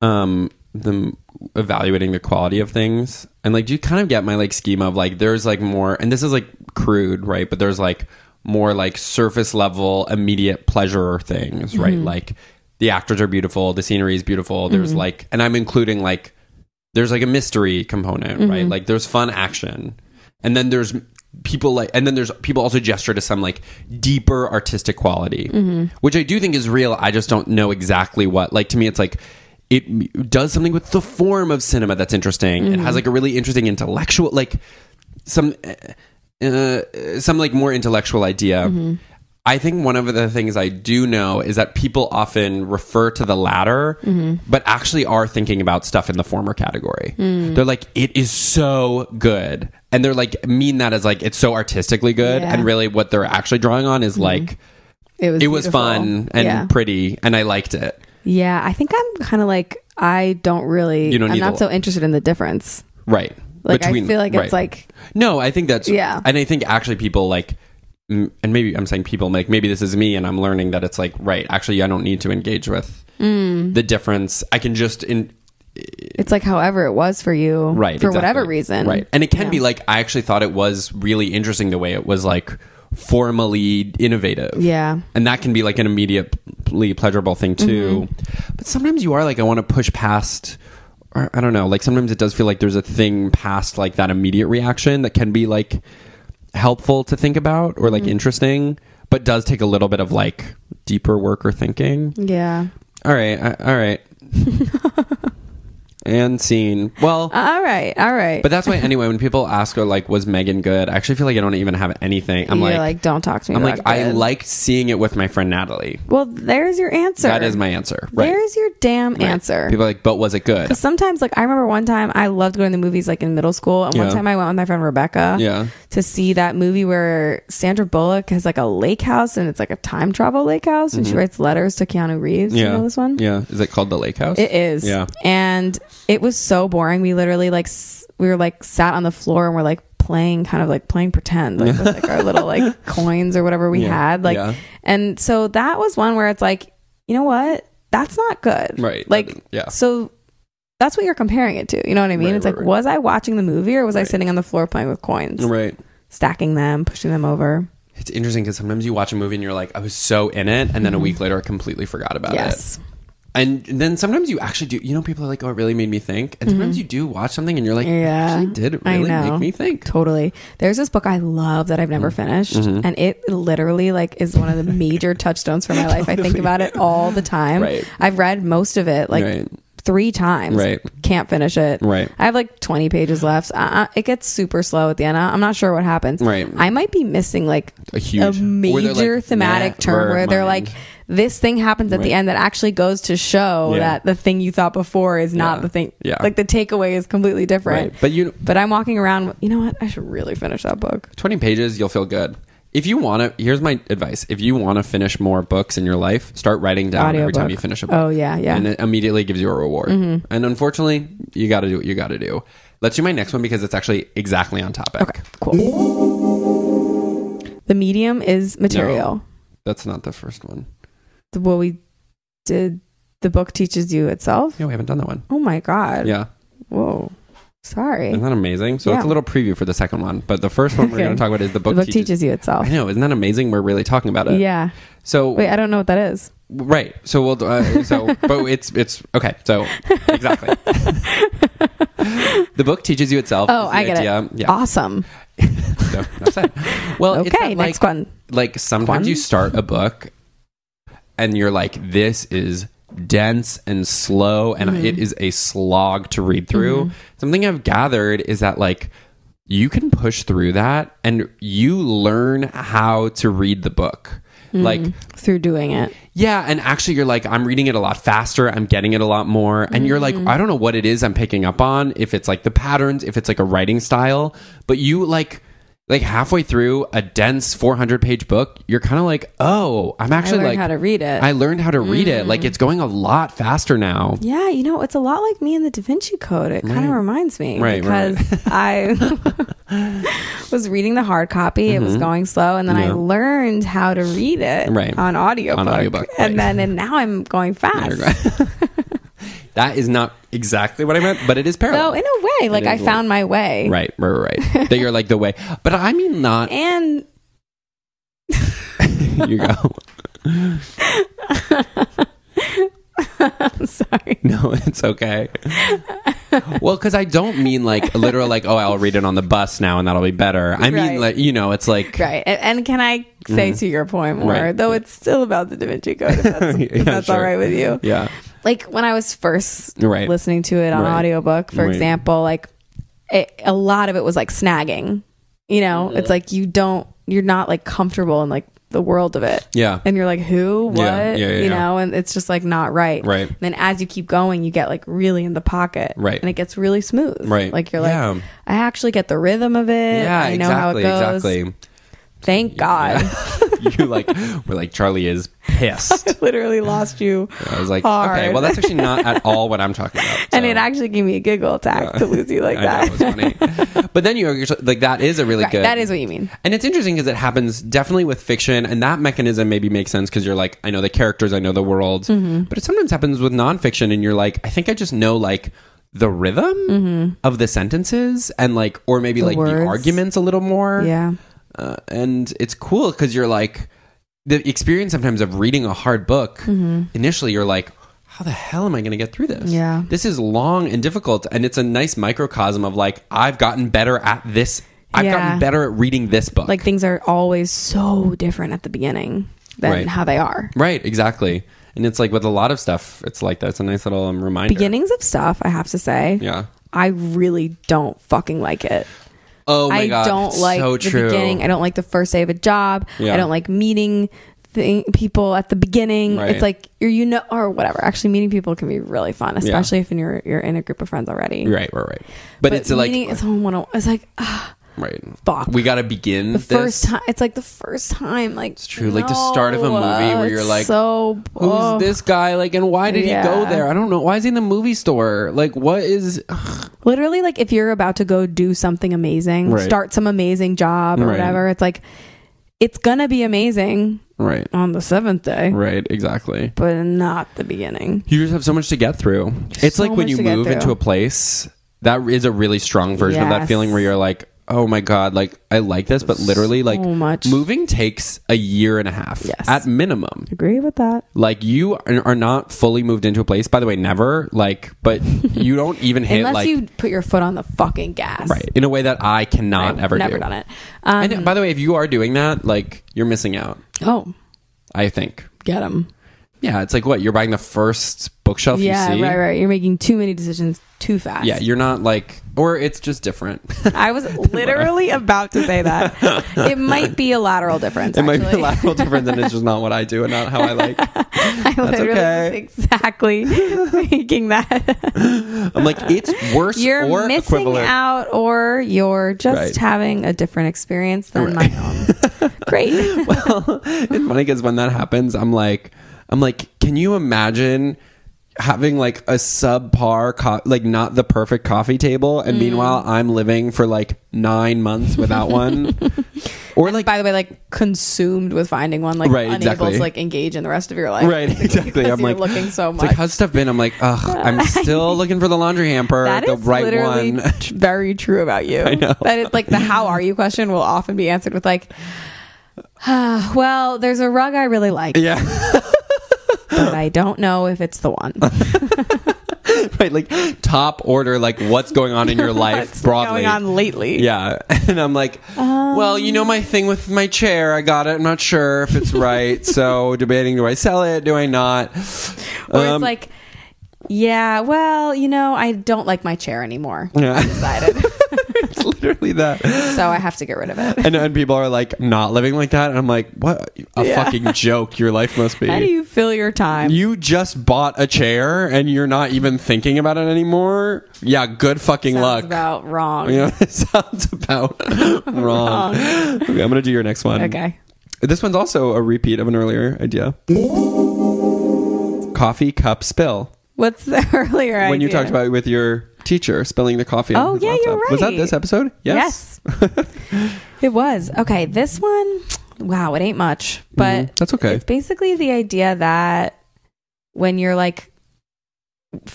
um the evaluating the quality of things and like do you kind of get my like schema of like there's like more and this is like crude right but there's like more like surface level immediate pleasure things right like the actors are beautiful the scenery is beautiful there's like and i'm including like there's like a mystery component, right? Like there's fun action. And then there's people like and then there's people also gesture to some like deeper artistic quality, which I do think is real. I just don't know exactly what. Like to me it's like it m- does something with the form of cinema that's interesting. It has like a really interesting intellectual like some uh, uh, some like more intellectual idea. Mm-hmm. I think one of the things I do know is that people often refer to the latter, Mm-hmm. but actually are thinking about stuff in the former category. Mm. They're like, it is so good. And they're like, mean that as like, it's so artistically good. Yeah. And really, what they're actually drawing on is like, was it was beautiful. fun and yeah. pretty, and I liked it. Yeah, I think I'm kind of like I don't really. You don't I'm need not the- so interested in the difference. Right. Like I feel like right. it's like No, I think that's Yeah. and I think actually people like, m- and maybe I'm saying people like maybe this is me, and I'm learning that it's like right. Actually, I don't need to engage with Mm. the difference. I can just in it's like however it was for you, right For exactly. whatever reason, right. And it can Yeah. be like I actually thought it was really interesting the way it was like formally innovative. Yeah. and that can be like an immediately pleasurable thing too. Mm-hmm. But sometimes you are like, I want to push past. Or I don't know. Like sometimes it does feel like there's a thing past like that immediate reaction that can be like helpful to think about or like Mm-hmm. interesting, but does take a little bit of like deeper work or thinking. Yeah. All right, I, all right. and scene. Well, All right. All right. but that's why anyway. When people ask, or like, was Megan good? I actually feel like I don't even have anything. I'm You're like, don't talk to me. I'm about like, I good. like seeing it with my friend Natalie. Well, there's your answer. That is my answer. Right. There's your damn Right. answer. People are like, but was it good? Because sometimes, like, I remember one time I loved going to the movies, like in middle school, and one Yeah. time I went with my friend Rebecca, Yeah. to see that movie where Sandra Bullock has like a lake house, and it's like a time travel lake house, and she writes letters to Keanu Reeves. You know this one? Mm-hmm. Yeah. Is it called the Lake House? It is. Yeah. And it was so boring. We literally like s- we were like sat on the floor and we're like playing kind of like playing pretend like with like our little like coins or whatever we Yeah. had like Yeah. and so that was one where it's like you know what that's not good Right. like Yeah. so that's what you're comparing it to you know what i mean Right, it's right, like right. was i watching the movie or was i Right. sitting on the floor playing with coins Right. stacking them pushing them over it's interesting because sometimes you watch a movie and you're like, I was so in it, and then a week later I completely forgot about Mm-hmm. Yes. it. And then sometimes you actually do. You know, people are like, "Oh, it really made me think." And sometimes you do watch something and you're like, Mm-hmm. Yeah. "Yeah, actually did I really know. make me think." Totally. There's this book I love that I've never Mm-hmm. finished and it literally like is one of the major touchstones for my life. I think about it all the time. Right. I've read most of it like Right. 3 times. Right. Can't finish it. Right. I have like 20 pages left. Uh, it gets super slow at the end. I- I'm not sure what happens. Right. I might be missing like A huge- a Where they're, like, major thematic term where they're never like mind. this thing happens at the Right. end that actually goes to show Yeah. that the thing you thought before is not Yeah. the thing. Yeah. Like the takeaway is completely different. Right. But you- But I'm walking around. with- You know what? I should really finish that book. Twenty pages, you'll feel good. If you want to, here's my advice: if you want to finish more books in your life, start writing down every Audiobook. time you finish a book. Oh, yeah, yeah. Mm-hmm. And it immediately gives you a reward. And unfortunately, you got to do what you got to do. Let's do my next one because it's actually exactly on topic. Okay, cool. The medium is material. That's not the first one. The- What we did, the book teaches you itself. Yeah, we haven't done that one. Oh my god. Yeah. Uh-huh. Whoa. Sorry. Isn't that amazing? So it's Yeah. a little preview for the second one. But the first one we're Okay. going to talk about is the book, the book teaches, you itself. I know. Isn't that amazing? We're really talking about it. Yeah. So Wait, I don't know what that is. right. So we'll. Uh, so but it's it's okay. So exactly. the book teaches you itself. Oh, is the I get idea. it. Yeah. Awesome. So, enough said. Well, it's okay, not next like, one. Like sometimes One? you start a book and you're like, this is dense and slow and it is a slog to read through. Something I've gathered is that like you can push through that and you learn how to read the book. Like Through doing it. yeah, and actually, you're like, I'm reading it a lot faster. I'm getting it a lot more. And you're Mm. like, I don't know what it is I'm picking up on. If it's like the patterns, if it's like a writing style, but you like, like halfway through a dense 400 page book, you're kind of like, oh, I'm actually learned like how to read it. Mm. I learned how to read it. Like it's going a lot faster now. Yeah, you know, it's a lot like me in the Da Vinci Code. It kind of Right. reminds me Right, because I was reading the hard copy. It was going slow, and then I Mm-hmm. Yeah. learned how to read it Right. on audiobook. On audiobook, and right. then and now I'm going fast. That is not exactly what I meant, but it is So parallel. in a way, like It I is found my way. right, right, right, right. that you're like the way, but I mean not. And you go. I'm sorry. No, it's okay. well, because I don't mean like literal, like oh, I'll read it on the bus now, and that'll be better. I mean, Right. like you know, it's like Right. And, and can I say to your point more, Mm-hmm. Right. though it's still about the Da Vinci Code, if that's, Yeah, if that's all sure. right with you. yeah, like when I was first Right. listening to it on Right. audiobook, for Right. example, like it, a lot of it was like snagging. You know, it's like you don't, you're not like comfortable in like the world of it. Yeah. And you're like, who, what, Yeah, yeah, yeah, you yeah. know, and it's just like not right. Right. And then as you keep going, you get like really in the pocket. Right. And it gets really smooth. Right. Like you're like, Yeah. I actually get the rhythm of it. yeah, I know exactly, how it goes. exactly. Thank God. you like were like Charlie is pissed. Literally lost you. I was like, hard. okay, well, that's actually not at all what I'm talking about. and so. it actually gave me a giggle attack to lose you like I that. know, it was funny. but then you're like, that is a really Right, good. that is what you mean. And it's interesting because it happens definitely with fiction, and that mechanism maybe makes sense because you're like, I know the characters, I know the world. Mm-hmm. But it sometimes happens with nonfiction, and you're like, I think I just know like the rhythm of the sentences and like, or maybe Mm-hmm. The like words. the arguments a little more. Yeah. Uh, and it's cool because you're like, the experience sometimes of reading a hard book, initially you're like, how the hell am I going to get through this? Mm-hmm. Yeah. This is long and difficult. And it's a nice microcosm of like, I've gotten better at this. I've Yeah. gotten better at reading this book. Like things are always so different at the beginning than Right. how they are. Right, exactly. And it's like with a lot of stuff, it's like that's a nice little um, reminder. Beginnings of stuff, I have to say. Yeah. I really don't fucking like it. Oh my I god. don't it's like so the true. beginning. I don't like the first day of a job. Yeah. I don't like meeting thing, people at the beginning. Right. It's like you're you know or whatever. Actually, meeting people can be really fun, especially if you're you're in a group of friends already. Right, right, right. But, it's like meeting someone one-on-one, it's like ah, right. fuck. We got to begin the this. first time it's like the first time like it's true, like the start of a movie where you're like, so Who's oh. this guy? Like, and why did he go Yeah. there? I don't know. Why is he in the movie store? Like, what is? Ugh. literally like if you're about to go do something amazing Right. start some amazing job or Right. whatever it's like it's gonna be amazing Right, on the seventh day right, exactly. but not the beginning You just have so much to get through. It's So like when much you to get move through. into a place. That is a really strong version of that Yes. feeling where you're like, oh my god, like I like this, but literally like So much. moving takes a year and a half Yes. at minimum. Agree with that. Like you are are not fully moved into a place. By the way, never like, but you don't even hit Unless like you put your foot on the fucking gas. right in a way that I cannot I've ever never do. done it. Um, and by the way, if you are doing that, like you're missing out. oh, I think. get them. Yeah, it's like what you're buying the first bookshelf Yeah, you see. right, right. You're making too many decisions too fast. Yeah, you're not like, or it's just different. I was literally about to say that. It might be a lateral difference. it might be a actually. lateral difference, and it's just not what I do and not how I like. I literally okay. was exactly thinking that I'm like, it's worse you're or missing equivalent. out, or you're just Right. having a different experience than my own. Great. well, it's funny because when that happens, I'm like, I'm like, can you imagine having like a subpar, co- like not the perfect coffee table, Mm. and meanwhile I'm living for like nine months without one, or like, By the way, like consumed with finding one, like Right, unable exactly. to like engage in the rest of your life. right, exactly. because I'm you're like looking so it's much. like how's stuff been? I'm like, ugh, I'm still looking for the laundry hamper, That is the right literally one. tr- very true about you. I know. That is like the how are you question will often be answered with like, "Ah, well, there's a rug I really like, yeah. but I don't know if it's the one. right like top order like what's going on in your life What's broadly going on Um. lately? yeah and i'm like well you know my thing with my chair i got it i'm not sure if it's right so debating do i sell it do i not Or Um, it's like, yeah, well, you know, I don't like my chair anymore. yeah Decided. it's literally that so I have to get rid of it. and, and people are like not living like that and i'm like what a Yeah. fucking joke your life must be How do you fill your time? you just bought a chair and you're not even thinking about it anymore yeah good fucking Sounds luck about wrong. you know it sounds about wrong, Okay, i'm gonna do your next one Okay. This one's also a repeat of an earlier idea. Coffee cup spill. What's the earlier When you idea? talked about it with your teacher spilling the coffee. on Oh, his yeah, you're laptop. Was that right. this episode? Yes. it was. Okay, this one, wow, it ain't much, but Mhm. that's okay. it's basically the idea that when you're like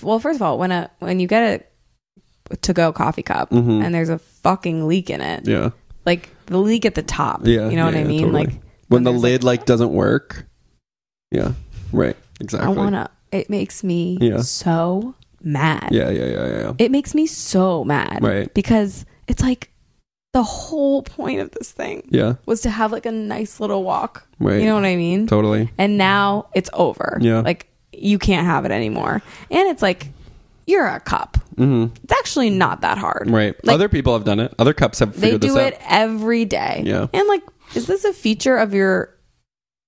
well, first of all, when a when you get a to-go coffee cup Mhm. and there's a fucking leak in it. Yeah, Like the leak at the top. yeah. You know what yeah, I yeah, mean? totally. Like when, when the there's, lid like doesn't work. Yeah. Right. Exactly. I want to it makes me Yeah. so mad. Yeah, yeah, yeah, yeah. yeah. It makes me so mad Right. because it's like the whole point of this thing Yeah. was to have like a nice little walk. Right. You know what I mean? Totally. And now it's over. Yeah. Like you can't have it anymore. And it's like you're a cup. Mhm. It's actually not that hard. Right. Like, Other people have done it. Other cups have they figured do this it out. every day. Yeah. And like, is this a feature of your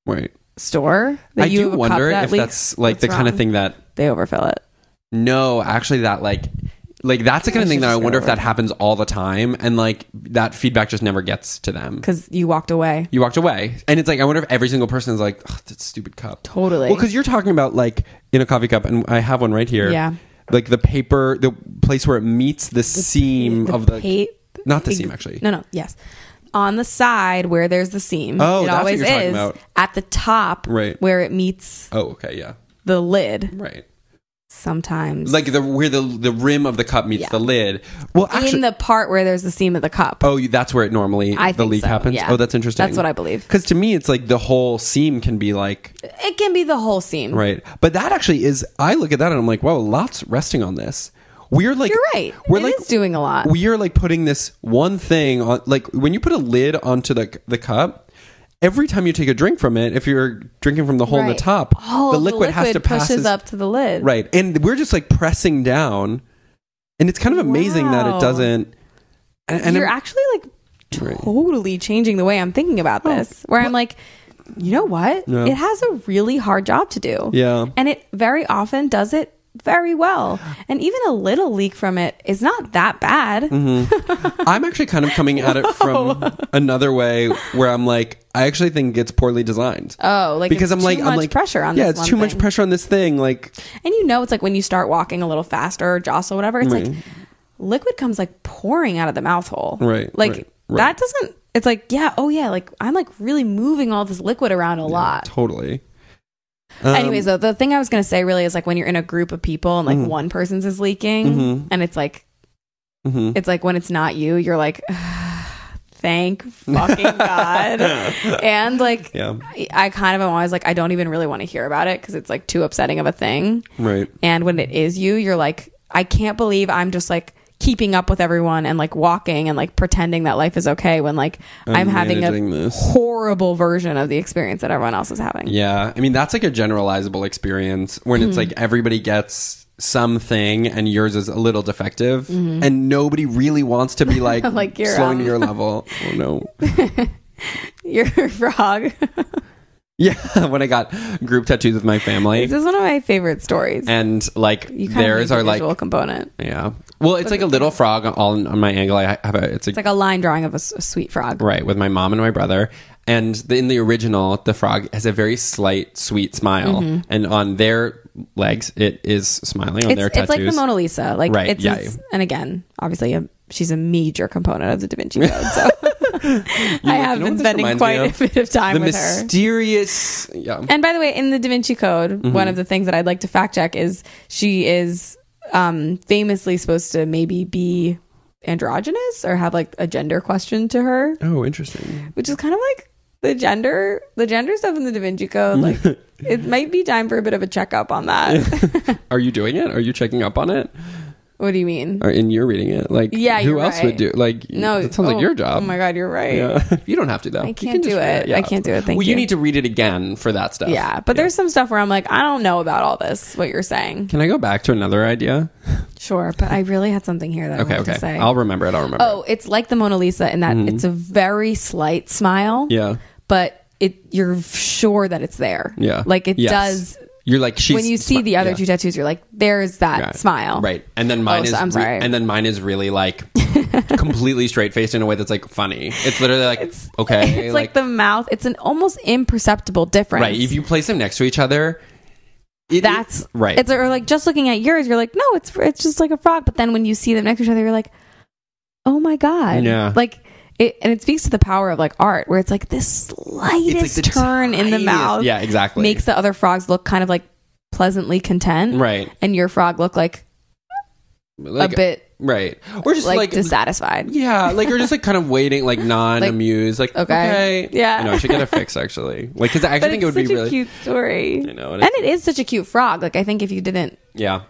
Right. store that I you do have a wonder cup that if leaks? that's like What's the kind of wrong? thing that they overfill it. No, actually, that like, like that's the kind of I thing should that I just go wonder if over that it. happens all the time, and like that feedback just never gets to them. Because you walked away. You walked away, and it's like I wonder if every single person is like, "Ugh, that stupid cup. Totally. Well, because you're talking about like in a coffee cup, and I have one right here. Yeah. Like the paper, the place where it meets the, seam of the pa- not the ex- seam actually. No, no, yes. On the side where there's the seam. Oh, it that's what always you're talking is. about. At the top Right. where it meets Oh, okay, yeah, the lid. right. Sometimes. Like the where the the rim of the cup meets Yeah. the lid. Well, actually, in the part where there's the seam of the cup. Oh, you- that's where it normally I the think leak so, happens. yeah. Oh, that's interesting. That's what I believe. Because to me, it's like the whole seam can be like It can be the whole seam. right, but that actually is. I look at that and I'm like, wow, lots resting on this. We're like, You're right. We're It like is doing a lot. We are like putting this one thing on. Like when you put a lid onto the the cup. Every time you take a drink from it, if you're drinking from the hole in Right. the top, All the, of liquid has to pass pushes this- up to the lid. Right. And we're just like pressing down. And it's kind of amazing that it Wow. doesn't. And, and You're I'm- actually like Right. Oh, totally changing the way I'm thinking about this. Where I'm like, you know what? Yeah. It has a really hard job to do. Yeah. And it very often does it very well. And even a little leak from it is not that bad. Mm-hmm. I'm actually kind of coming at it from another way where I'm like, I actually think it's poorly designed. Oh, like because it's I'm like, too I'm much like, pressure on yeah, this it's one too much thing. pressure on this thing. Like, And you know, it's like when you start walking a little faster or jostle, whatever, it's Right. like liquid comes like pouring out of the mouth hole. Right, Like right, right. that doesn't, it's like, yeah, oh yeah, like I'm like really moving all this liquid around a lot. totally. Um, Anyways, though, the thing I was going to say really is like when you're in a group of people and like Mm-hmm. one person's is leaking and it's like, hmm it's like when it's not you, you're like, thank fucking God. and like, Yeah. I- I kind of am always like, I don't even really want to hear about it because it's like too upsetting of a thing. Right. And when it is you, you're like, I can't believe I'm just like keeping up with everyone and like walking and like pretending that life is okay when like I'm, having a managing this. horrible version of the experience that everyone else is having. Yeah. I mean, that's like a generalizable experience when Hmm. it's like everybody gets something and yours is a little defective and nobody really wants to be like, Mm-hmm. Like you're, um, slowing to your level. Oh, no. Your frog. Yeah. when I got group tattoos with my family. this is one of my favorite stories. and like you kind theirs of need are the like visual component. yeah well it's like a little frog all on, on my ankle i have a it's a It's like a line drawing of a, s- a sweet frog. Right, with my mom and my brother. And the, in the original, the frog has a very slight, sweet smile, and on their legs, it is smiling on Mm-hmm. It's, their it's tattoos. like the Mona Lisa. Like Right, it's yeah. it's- and again, obviously, a, she's a major component of the Da Vinci Code. So I have know what been this spending reminds quite a me of? bit of time the with her. mysterious. Yeah, And by the way, in the Da Vinci Code, Mm-hmm. one of the things that I'd like to fact check is she is um, famously supposed to maybe be androgynous or have like a gender question to her, oh, interesting. which is kind of like the gender, the gender stuff in the Da Vinci Code. Like, it might be time for a bit of a checkup on that. Are you doing it? Are you checking up on it? what do you mean? Or and you're reading it? Like, Yeah, who you're else right. would do? Like, no, it sounds oh, like your job. Oh my god, you're right. Yeah. Yeah, you don't have to though. You can't can do just read it. I can't do it, thank well, you. you need to read it again for that stuff. but there's some stuff where I'm like, I don't know about all this. What you're saying, Can I go back to another idea? sure, but I really had something here that I Okay, wanted to say. okay. I'll remember it. I'll remember. Oh, it. it's like the Mona Lisa in that it's a very slight smile. Yeah. But it you're sure that it's there. yeah. Like it Yes. does You're like she's when you see smi- the other yeah. two tattoos, you're like, there's that Right. smile. Right. And then mine Oh, is so- I'm re- sorry. and then mine is really like completely straight faced in a way that's like funny. It's literally like okay. It's like, the mouth. It's an almost imperceptible difference. Right. If you place them next to each other, it- it- that's right. It's or like just looking at yours, you're like, no, it's it's just like a frog. But then when you see them next to each other, you're like, oh my god, Yeah. Like it, and it speaks to the power of like art, where it's like this slightest It's like the turn in the tiniest- mouth, Yeah, exactly. makes the other frogs look kind of like pleasantly content, right. And your frog look like, Like, a bit Right. Or just like, like, dissatisfied. yeah, like you're just like kind of waiting, like non amused, like, okay, okay, yeah. You know, I should get a fix actually, like because I But actually it's think it would such be a really, cute story, I know, and it is such a cute frog. Like I think if you didn't yeah,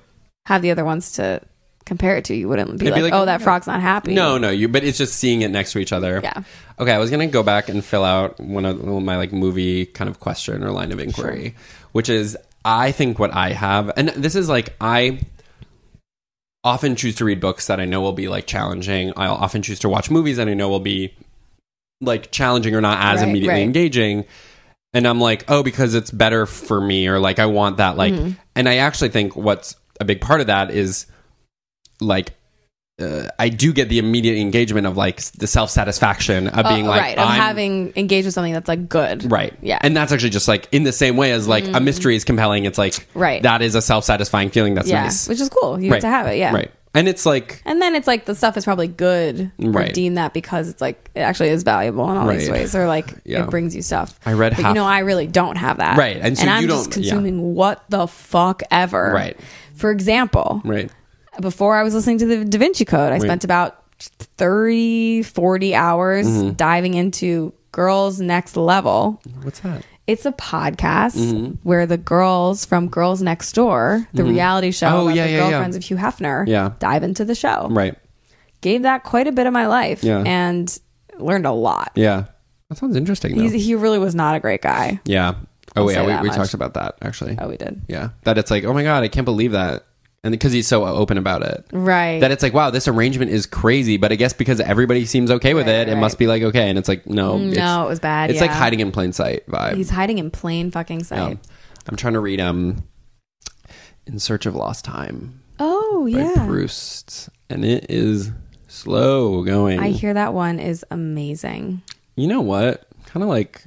have the other ones to compare it to, you wouldn't be, It'd like, be like, oh, oh, that yeah. frog's not happy. No, no, you. But it's just seeing it next to each other. Yeah. Okay, I was gonna go back and fill out one of my like movie kind of question or line of inquiry, which is I think what I have, and this is like I often choose to read books that I know will be like challenging. I'll often choose to watch movies that I know will be like challenging or not as Right, immediately right. engaging. And I'm like, oh, because it's better for me, or like I want that. Like, Mm-hmm. and I actually think what's a big part of that is like uh, I do get the immediate engagement of like s- the self satisfaction of being Uh, like right, of I'm- having engaged with something that's like good. right Yeah. Mm-hmm. and that's actually just like in the same way as like a mystery is compelling it's like Right. that is a self satisfying feeling that's yeah. nice Which is cool. You Right. get to have it. Yeah. right and it's like And then it's like the stuff is probably good. or Right. Deem that because it's like it actually is valuable in all these Right. ways, or like Yeah. it brings you stuff. I read but half- you know I really don't have that. Right, and so and you I'm just don't- yeah. consuming what the fuck ever. Right. For example, right before I was listening to the Da Vinci Code, I spent about 30, 40 hours Mm-hmm. diving into Girls Next Level. what's that It's a podcast Mm-hmm. where the girls from Girls Next Door, the reality show Oh, about yeah, the yeah, yeah. girlfriends of Hugh Hefner, Yeah. dive into the show. right Gave that quite a bit of my life Yeah. and learned a lot. yeah that sounds interesting though. He's, he really was not a great guy. yeah oh say yeah that we, we much. talked about that actually Oh, we did. yeah that it's like oh my god I can't believe that and because he's so open about it Right. that it's like wow this arrangement is crazy but i guess because everybody seems okay with it it must be like okay and it's like no Mm, No, it's- it was bad, it's like yeah. hiding in plain sight vibe He's hiding in plain fucking Yeah. sight. i'm trying to read um in search of lost time Oh, by yeah. proust and it is slow going I hear that one is amazing. you know what kind of like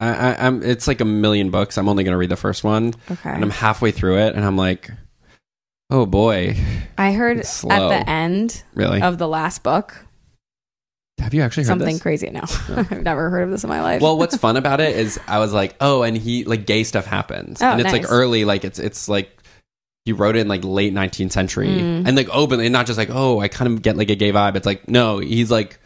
I, I i'm it's like a million books i'm only gonna read the first one Okay. and i'm halfway through it and i'm like oh boy I heard at It's slow. the end really of the last book have you actually heard something this? crazy. No, I've never heard of this in my life. well what's fun about it is i was like oh and he like gay stuff happens Oh, and it's nice. like early like it's it's like he wrote it in like late Mm. 19th century and like openly and not just like oh i kind of get like a gay vibe it's like no he's like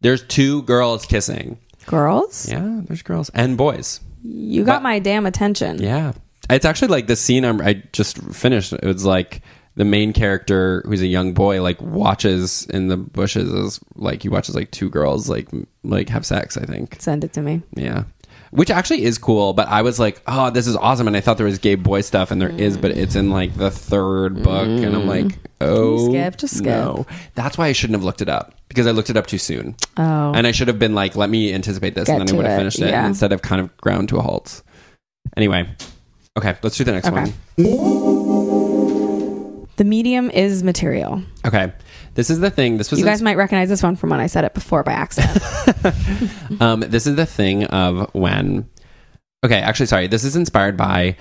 There's two girls kissing. Girls, Yeah, there's girls and boys. you got But- my damn attention. Yeah. It's actually like the scene I'm, I just finished. It was like the main character, who's a young boy, like watches in the bushes as like he watches like two girls like m- like have sex. I think. Send it to me. Yeah. Which actually is cool, but I was like, oh, this is awesome. And I thought there was gay boy stuff, and there is, but it's in like the third book. And I'm like, oh. Mm. skip? Just skip. No. That's why I shouldn't have looked it up because I looked it up too soon. Oh. And I should have been like, let me anticipate this. Get and then to I would have it, finished it. yeah. And instead of kind of ground to a halt. Anyway. Okay, let's do the next Okay. one. the medium is material. Okay. This is the thing. This was You in- guys might recognize this one from when I said it before by accident. um, this is the thing of when. Okay, actually, sorry. This is inspired by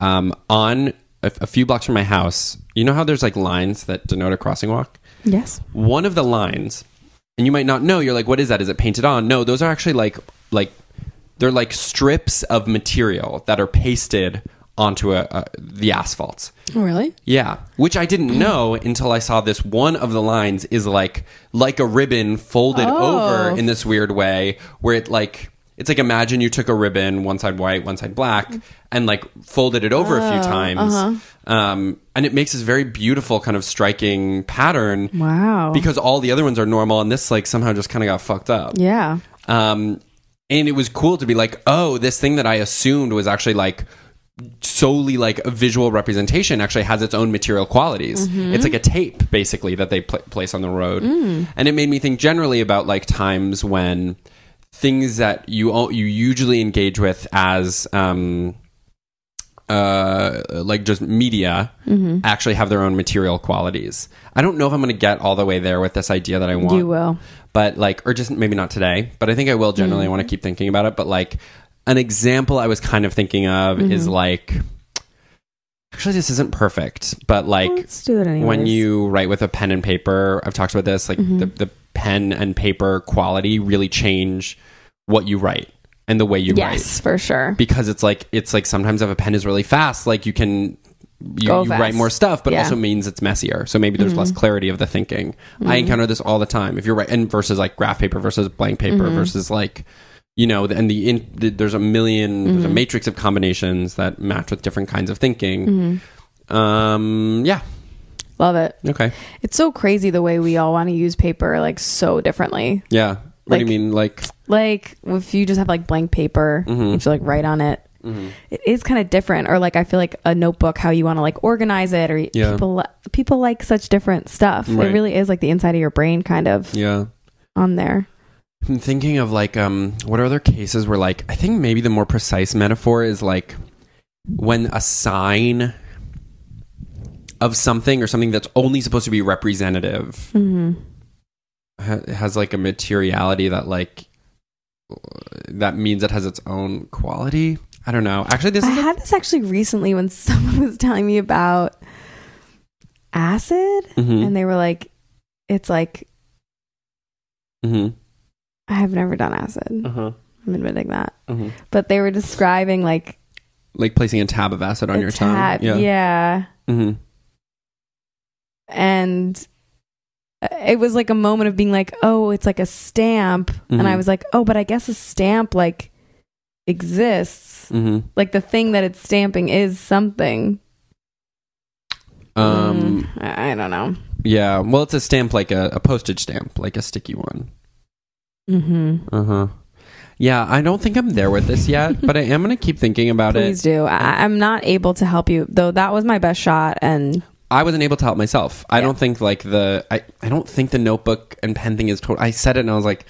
um, on a, a few blocks from my house. You know how there's like lines that denote a crossing walk. yes. One of the lines, and you might not know. You're like, what is that? Is it painted on? No, those are actually like like they're like strips of material that are pasted onto a, a the asphalt. Really? Yeah, which I didn't know until I saw this. One of the lines is like like a ribbon folded Oh. over in this weird way, where it like it's like imagine you took a ribbon, one side white, one side black, and like folded it over a few Oh, times, uh-huh. um, and it makes this very beautiful kind of striking pattern. Wow. Because all the other ones are normal, and this like somehow just kind of got fucked up. Yeah. Um, and it was cool to be like, oh, this thing that I assumed was actually like solely like a visual representation actually has its own material qualities. It's like a tape basically that they pl- place on the road. And it made me think generally about like times when things that you o- you usually engage with as um uh like just media actually have their own material qualities. I don't know if I'm going to get all the way there with this idea that I want You will. but like or just maybe not today but i think i will generally Mm-hmm. want to keep thinking about it but like an example i was kind of thinking of Mm-hmm. is like actually this isn't perfect but like Let's do it anyways. Mm-hmm. when you write with a pen and paper i've talked about this like the, the pen and paper quality really change what you write and the way you Yes, write for sure. because it's like it's like sometimes if a pen is really fast like you can you, Go you fast. write more stuff but Yeah. Mm-hmm. also means it's messier so maybe there's less clarity of the thinking i encounter this all the time if you're right and versus like graph paper versus blank paper Mm-hmm. versus like you know and the, in, the there's a 1000000 there's a Mm-hmm. matrix of combinations that match with different kinds of thinking Mm-hmm. um yeah Love it. okay It's so crazy the way we all want to use paper like so differently. yeah what do Like- you mean like Like if you just have like blank paper, you Mm-hmm. have to like write on it. It is kind of different, or like I feel like a notebook, how you want to like organize it, or Yeah. people li- people like such different stuff. Right. It really is like the inside of your brain, kind of yeah on there. I'm thinking of like um what are other cases where like I think maybe the more precise metaphor is like when a sign of something or something that's only supposed to be representative Mm-hmm. ha- has like a materiality that like that means it has its own quality. I don't know. Actually, this I is a- had this actually recently when someone was telling me about acid, Mhm, and they were like, "It's like mhm, I have never done acid. uh-huh, I'm admitting that." mhm. But they were describing like like placing a tab of acid on a your tongue. tab- yeah. yeah. Mhm. and it was like a moment of being like, oh, it's like a stamp, Mhm. and I was like, oh, but I guess a stamp like exists. Mhm. Like the thing that it's stamping is something. Um Mm, I I don't know. yeah, well it's a stamp like a, a postage stamp, like a sticky one. Mm-hmm. Uh huh. Yeah, I don't think I'm there with this yet, but I am gonna keep thinking about Please it. do. I, I'm not able to help you though. That was my best shot, and I wasn't able to help myself. I Yeah. don't think like the I, I don't think the notebook and pen thing is total. I said it and I was like,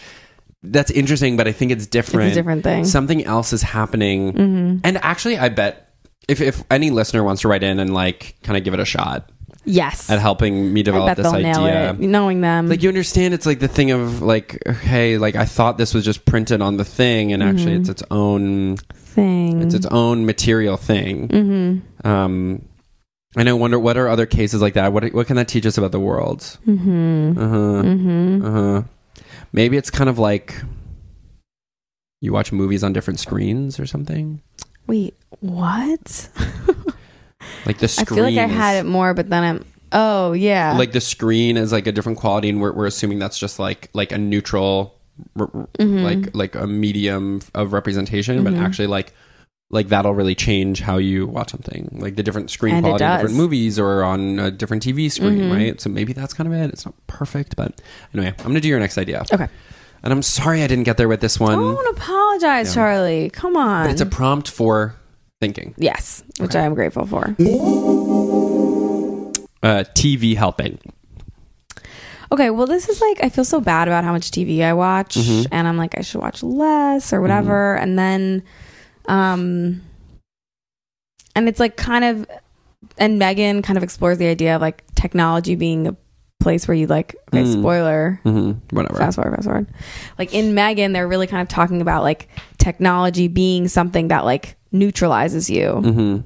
that's interesting, but I think it's different. different thing. Mm. Mm-hmm. Something else is happening. And actually, I bet if if any listener wants to write in and like kind of give it a shot yes, at helping me I develop bet this they'll idea, nail it. Mm. Knowing them, like you understand it's like the thing of like okay like i thought this was just printed on the thing and actually Mm-hmm. it's its own thing. It's its own material thing. Mm-hmm. Um, and I wonder what are other cases like that? What what can that teach us about the world? Mm-hmm. Uh huh. Mm-hmm. Uh huh. Maybe it's kind of like you watch movies on different screens or something. Wait, what? Like the I screen. feel like I had it is- more, but then I'm. Oh yeah, Like the screen is like a different quality, and we're we're assuming that's just like like a neutral r- r- Mm-hmm. like like a medium of representation, but actually like like that'll really change how you watch something, like the different screen And it quality, of different does. Mm-hmm. movies, or on a different TV screen, right? So maybe that's kind of it. It's not perfect, but anyway, I'm gonna do your next idea. Okay. And I'm sorry I didn't get there with this one, Don't apologize, Charlie. Come on. but it's a prompt for thinking. yes, which I am grateful for. Uh, TV helping. Okay, well, this is like I feel so bad about how much TV I watch, Mm-hmm. and I'm like I should watch less or whatever, and then, um, and it's like kind of, and Megan kind of explores the idea of like technology being a place where you like okay, Mm. spoiler hmm Whatever. fast forward, fast forward. Like in Megan, they're really kind of talking about like technology being something that like neutralizes you. hmm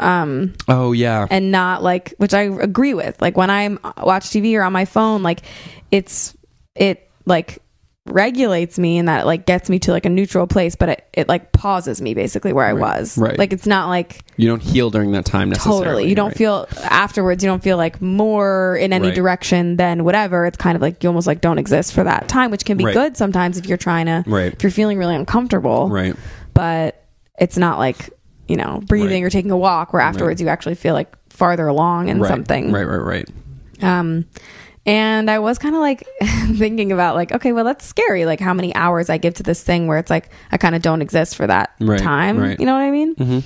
Um, Oh yeah. and not like which I agree with. Like when I'm watch TV or on my phone, like it's it like regulates me and that like gets me to like a neutral place, but it, it like pauses me basically where I was. right. Like it's not like you don't heal during that time necessarily. totally you don't right? feel afterwards you don't feel like more in any Right. direction than whatever it's kind of like you almost like don't exist for that time which can be Right. good sometimes if you're trying to Right. if you're feeling really uncomfortable right. but it's not like you know breathing Right. or taking a walk where afterwards you actually feel like farther along in right. something Right, right, right. um, and I was kind of like thinking about like, okay, well, that's scary. Like how many hours I give to this thing where it's like I kind of don't exist for that Right, time. right. You know what I mean? Mm-hmm.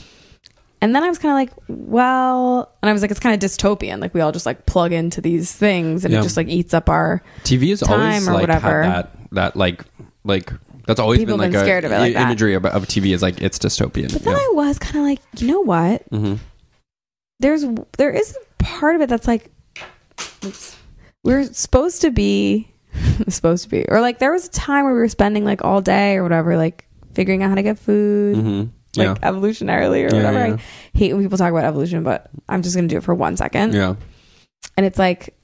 And then I was kind of like, well, and I was like, it's kind of dystopian. Like we all just like plug into these things and Yeah. it just like eats up our. TV is Time always or like had whatever. that that like like that's always People have been like been a scared of it i- like that. imagery of, of TV is like it's dystopian. But then I was kind of like, you know what? hmm There's there is a part of it that's like, oops, we're supposed to be supposed to be, or like there was a time where we were spending like all day or whatever, like figuring out how to get food. hmm Yeah. like evolutionarily or Yeah, whatever. yeah. I hate when people talk about evolution, but I'm just gonna do it for one second. yeah. And it's like,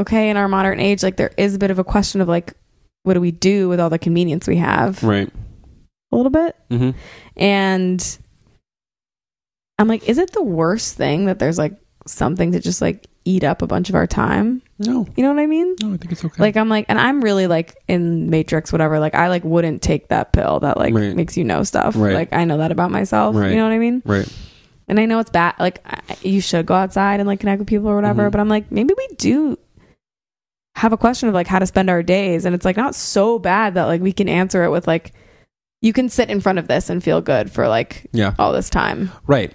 okay, in our modern age, like there is a bit of a question of like, what do we do with all the convenience we have? Right. A little bit. hmm And I'm like, is it the worst thing that there's like something to just like eat up a bunch of our time? No. You know what I mean? No, I think it's okay. Like I'm like, and I'm really like in Matrix, whatever. Like I like wouldn't take that pill that like Right. makes you know stuff. Right. Like I know that about myself. Right. You know what I mean? right. and I know it's bad. Like I- you should go outside and like connect with people or whatever. Mhm. But I'm like, maybe we do have a question of like how to spend our days, and it's like not so bad that like we can answer it with like you can sit in front of this and feel good for like Yeah. all this time. Right.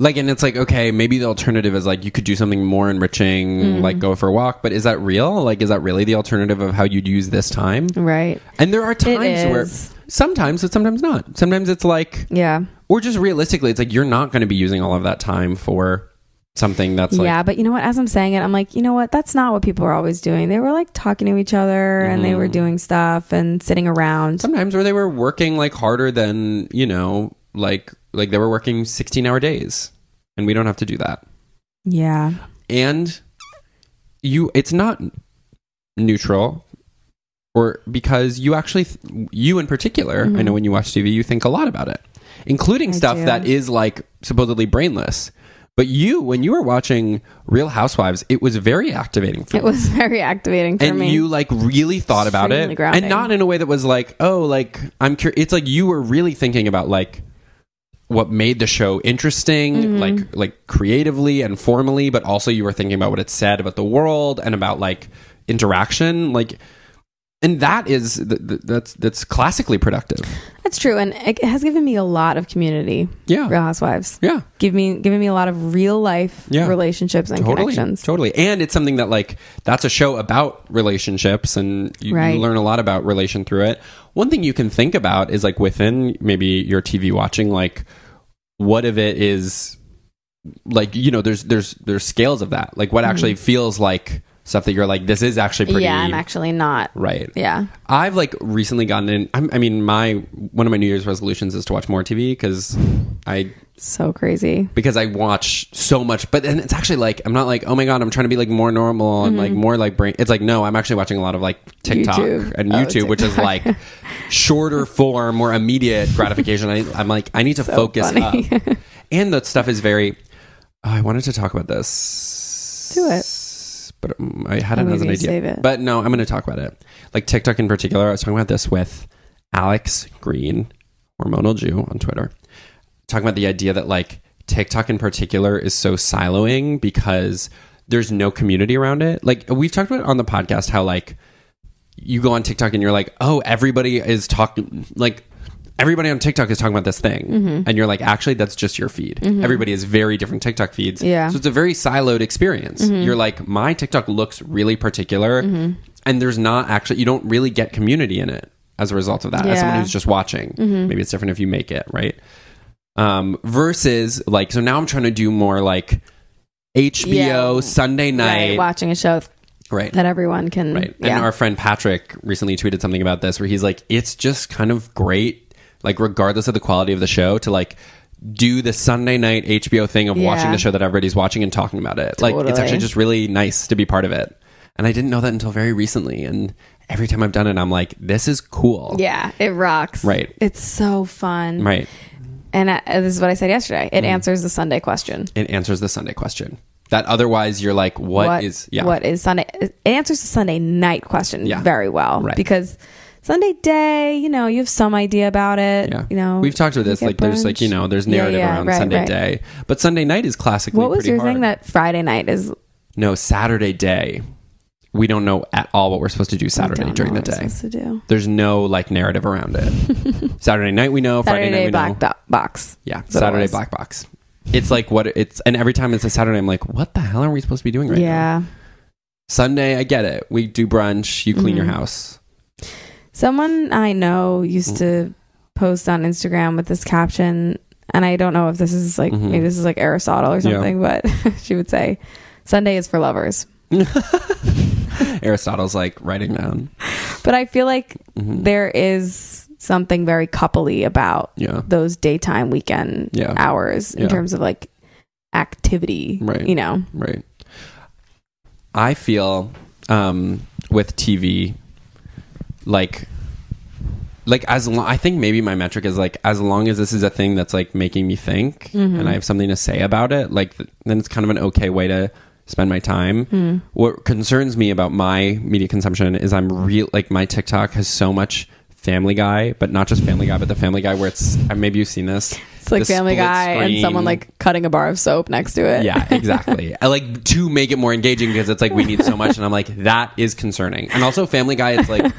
Like and it's like okay, maybe the alternative is like you could do something more enriching, Mm-hmm. like go for a walk. But is that real? Like, is that really the alternative of how you'd use this time? Right. And there are times where is. sometimes, but sometimes not. Sometimes it's like Yeah. or just realistically, it's like you're not going to be using all of that time for something that's like yeah, but you know what? As I'm saying it, I'm like, you know what? That's not what people are always doing. They were like talking to each other and they were Mm. doing stuff and sitting around. sometimes where they were working like harder than you know, like like they were working sixteen hour days, and we don't have to do that. Yeah. And you, it's not neutral, or because you actually th- you in particular, I know when you watch TV, you think a lot about it, including Mm-hmm. I stuff do. that is like supposedly brainless. But you, when you were watching Real Housewives, it was very activating for It was very activating for and me. you like really thought about Extremely it grounding. and not in a way that was like oh like i'm curious it's like you were really thinking about like what made the show interesting like like creatively and formally but also you were thinking about what it said about the world and about like interaction like and that is th- th- that's that's classically productive That's true. And it has given me a lot of community, yeah Real Housewives. yeah give me giving me a lot of real life Yeah. relationships and totally connections. totally and it's something that like that's a show about relationships and you, Right. you learn a lot about relation through it one thing you can think about is like within maybe your tv watching like what of it is like you know there's there's there's scales of that like what actually feels like stuff that you're like this is actually pretty Mm-hmm. Yeah, I'm actually not. right Yeah, I've like recently gotten in. I'm, I mean, my one of my New Year's resolutions is to watch more TV because I so crazy. because I watch so much. But then it's actually like I'm not like oh my god, I'm trying to be like more normal and like more like brain. It's like no, I'm actually watching a lot of like TikTok Mm-hmm. YouTube. and Oh, YouTube, which is TikTok. like shorter form, more immediate gratification. I, I'm like I need to focus funny. up, and that stuff is very. oh, I wanted to talk about this. Do it. but um, I had Oh, it as maybe an I idea. save it. But no, I'm going to talk about it. Like TikTok in particular, I was talking about this with Alex Green, hormonal Jew on Twitter, talking about the idea that like TikTok in particular is so siloing because there's no community around it. Like we've talked about on the podcast how like you go on TikTok and you're like, oh, everybody is talking like everybody on TikTok is talking about this thing, Mm-hmm. and you're like, actually, that's just your feed. Everybody has very different TikTok feeds, Yeah. Mm-hmm. So it's a very siloed experience. You're like, my TikTok looks really particular, and there's not actually you don't really get community in it as a result of that. As someone Yeah. Mm-hmm. who's just watching, maybe it's different if you make it right. Um, versus like, so now I'm trying to do more like HBO Yeah. Sunday night, Right, watching a show right? that everyone can. Right. Yeah. And our friend Patrick recently tweeted something about this where he's like, it's just kind of great, like, regardless of the quality of the show, to like do the Sunday night HBO thing of watching Yeah. the show that everybody's watching and talking about it. Like, it's Totally. actually just really nice to be part of it. And I didn't know that until very recently. And every time I've done it, I'm like, this is cool. yeah, it rocks. Right. It's so fun. Right. Mm. And I, this is what I said yesterday. It answers the Sunday question. It answers the Sunday question. That otherwise you're like, what is, yeah. What is Sunday? It answers the Sunday night question Yeah. very well Right. because Sunday day, you know, you have some idea about it. Yeah. You know, we've talked about you this. get Like, there's like, you brunch. know, there's Yeah, narrative yeah, around right, Sunday right. day, but Sunday night is classically What was pretty your hard. thing that Friday night is? No, Saturday day. We don't know at all what we're supposed to do I Saturday don't during know the what we're day. supposed to do. There's no like narrative around it. Saturday night we know. Saturday Friday night day we black know. do- box. Yeah, That's what it Saturday was. black box. It's like what it's, and every time it's a Saturday, I'm like, what the hell are we supposed to be doing right now? yeah. Sunday, I get it. We do brunch. You clean your Mhm. house. Someone I know Mm. used to post on Instagram with this caption, and I don't know if this is like Mhm. maybe this is like Aristotle or Yeah. something, but she would say, "Sunday is for lovers." Aristotle's like writing down. But I feel like Mhm. there is something very coupley about Yeah. those daytime weekend Yeah. hours in Yeah. terms of like activity, Right. you know. Right. I feel um, with TV, like, like as long, I think maybe my metric is like as long as this is a thing that's like making me think Mm-hmm. and I have something to say about it, like th- then it's kind of an okay way to spend my time. Hmm. What concerns me about my media consumption is I'm real like my TikTok has so much. Family Guy, but not just Family Guy, but the Family Guy where it's uh, maybe you've seen this. It's like the Family split Guy and someone screen. like cutting a bar of soap next to it. Yeah, exactly. I like to make it more engaging because it's like we need so much, and I'm like that is concerning. And also, Family Guy, it's like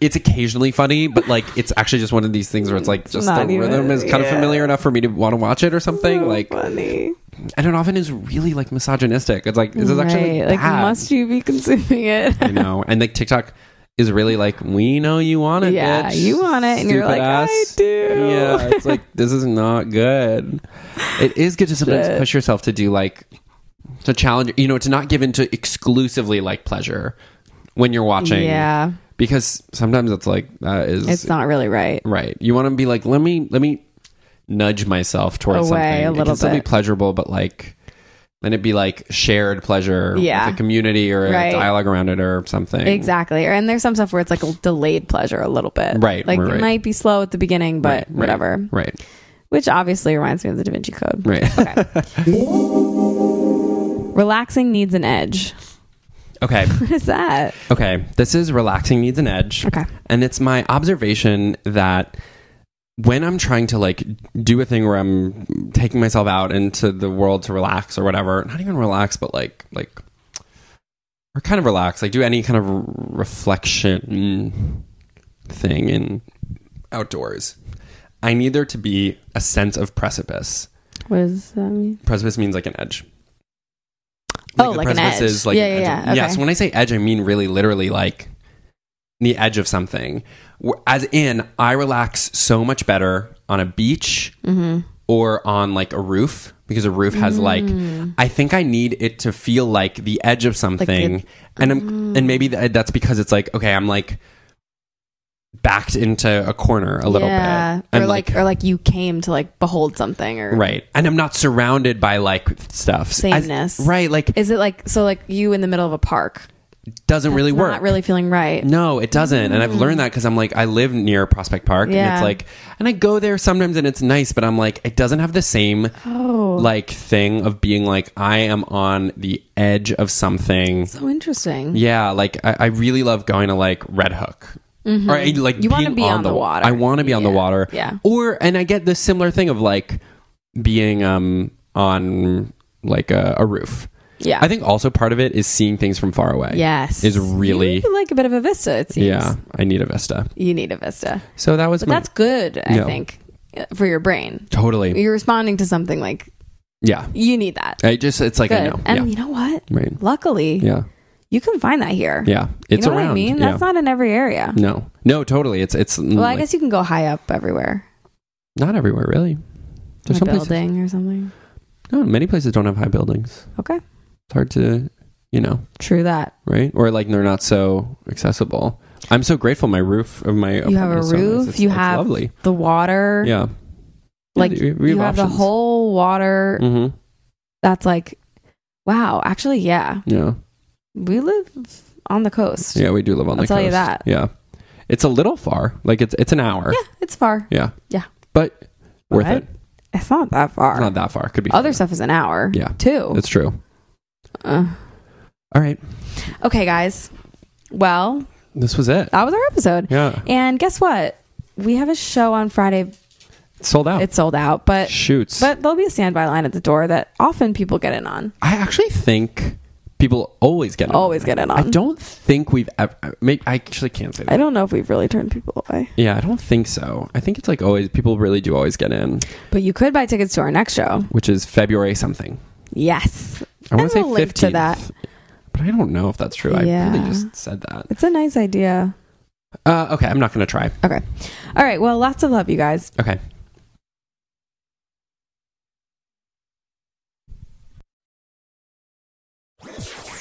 it's occasionally funny, but like it's actually just one of these things where it's like just the not even- rhythm is kind of yeah. familiar enough for me to want to watch it or something. like, funny. and it often is really like misogynistic. It's like this is actually Right, like bad. must you be consuming it? you know, and like TikTok. Is really like we know you want it, Yeah, bitch, you want it, and you're stupid like, I ass." do. Yeah, it's like this is not good. It is good to sometimes Shit. push yourself to do like to challenge, you know, to not give into exclusively like pleasure when you're watching. Yeah. because sometimes it's like that is It's not really right. right. You want to be like, let me let me nudge myself towards Away a something. it can little still be bit. pleasurable, but like then it'd be like shared pleasure Yeah. with a community or a Right. dialogue around it or something. Exactly. And there's some stuff where it's like a delayed pleasure a little bit. Right, Like right, right. it might be slow at the beginning, but Right, right, whatever. Right. Which obviously reminds me of the Da Vinci Code. Right. Relaxing needs an edge. okay. What is that? Okay. This is relaxing needs an edge. Okay. And it's my observation that when I'm trying to like do a thing where I'm taking myself out into the world to relax or whatever, not even relax, but like like or kind of relax, like do any kind of reflection thing in outdoors. I need there to be a sense of precipice. What does that mean? Precipice means like an edge. Oh, the like an precipice edge. Is like Yeah, an yeah, edge. yeah. Okay. So when I say edge, I mean really literally like the edge of something. Wh- As in, I relax so much better on a beach or on like a roof because a roof Mm-hmm. Mm. has like I think I need it to feel like the edge of something, and I'm, Mm. and maybe tha- that's because it's like okay, I'm like backed into a corner a little yeah. bit. I'm Or like, or like you came to like behold something or right, and I'm not surrounded by like stuff. As- sameness. right, like Is it like so like you in the middle of a park? doesn't really work. Not really feeling right. No, it doesn't. And I've learned that because I'm like, I live near Prospect Park and Yeah. it's like, and I go there sometimes and it's nice, but I'm like, it doesn't have the same Oh. like thing of being like, I am on the edge of something. So interesting. Yeah. Like, I, I really love going to like Red Hook. Or I, like Mm-hmm. You wanna being be on the water. I want to be on the Yeah. water. Yeah. Or, and I get this similar thing of like being um on like a, a roof. Yeah. I think also part of it is seeing things from far away. Yes. Is really. You like a bit of a vista, it seems. Yeah, I need a Vista. You need a vista. So that was But my, that's good, I Yeah. think, uh, for your brain. totally. You're responding to something like Yeah. you need that. I just it's like good. I know. And yeah. you know what? Right. Luckily, Yeah. you can find that here. Yeah. It's you know around. what I mean? Yeah. That's not in every area. no. No, totally. It's it's Well, I guess you can go high up everywhere. not everywhere really. In There's a some places building or something. no, many places don't have high buildings. Okay. It's hard to you know, True that. right? Or like they're not so accessible. I'm so grateful my roof of my You have apartment a is so nice. roof. It's- You it's have lovely. the water. Yeah. Like Yeah, we- we you have the options. whole water. Mhm. That's like, wow. Actually, yeah, Yeah. we live on the coast. Yeah, we do live on I'll the tell you coast. that. Yeah. It's a little far. Like it's it's an hour. Yeah, it's far. Yeah. Yeah. But worth But it. It's not that far. It's not that far. Could be Other further. stuff is an hour. Yeah. too. It's true. Uh, All right. okay, guys. Well, This was it. that was our episode. Yeah. And guess what? We have a show on Friday. It's sold out. It's sold out, but shoots. but there'll be a standby line at the door that often people get in on. I actually think people always get it. Always get it on. I don't think we've ever. I may- I actually can't say that. I don't know if we've really turned people away. yeah, I don't think so. I think it's like always. People really do always get in, But you could buy tickets to our next show. which is February something. Yes. I want And to say we'll link to 15th, that. but I don't know if that's true. I Yeah. really just said that. It's a nice idea. Uh, okay, I'm not gonna try. Okay. All right. Well, lots of love, you guys. Okay.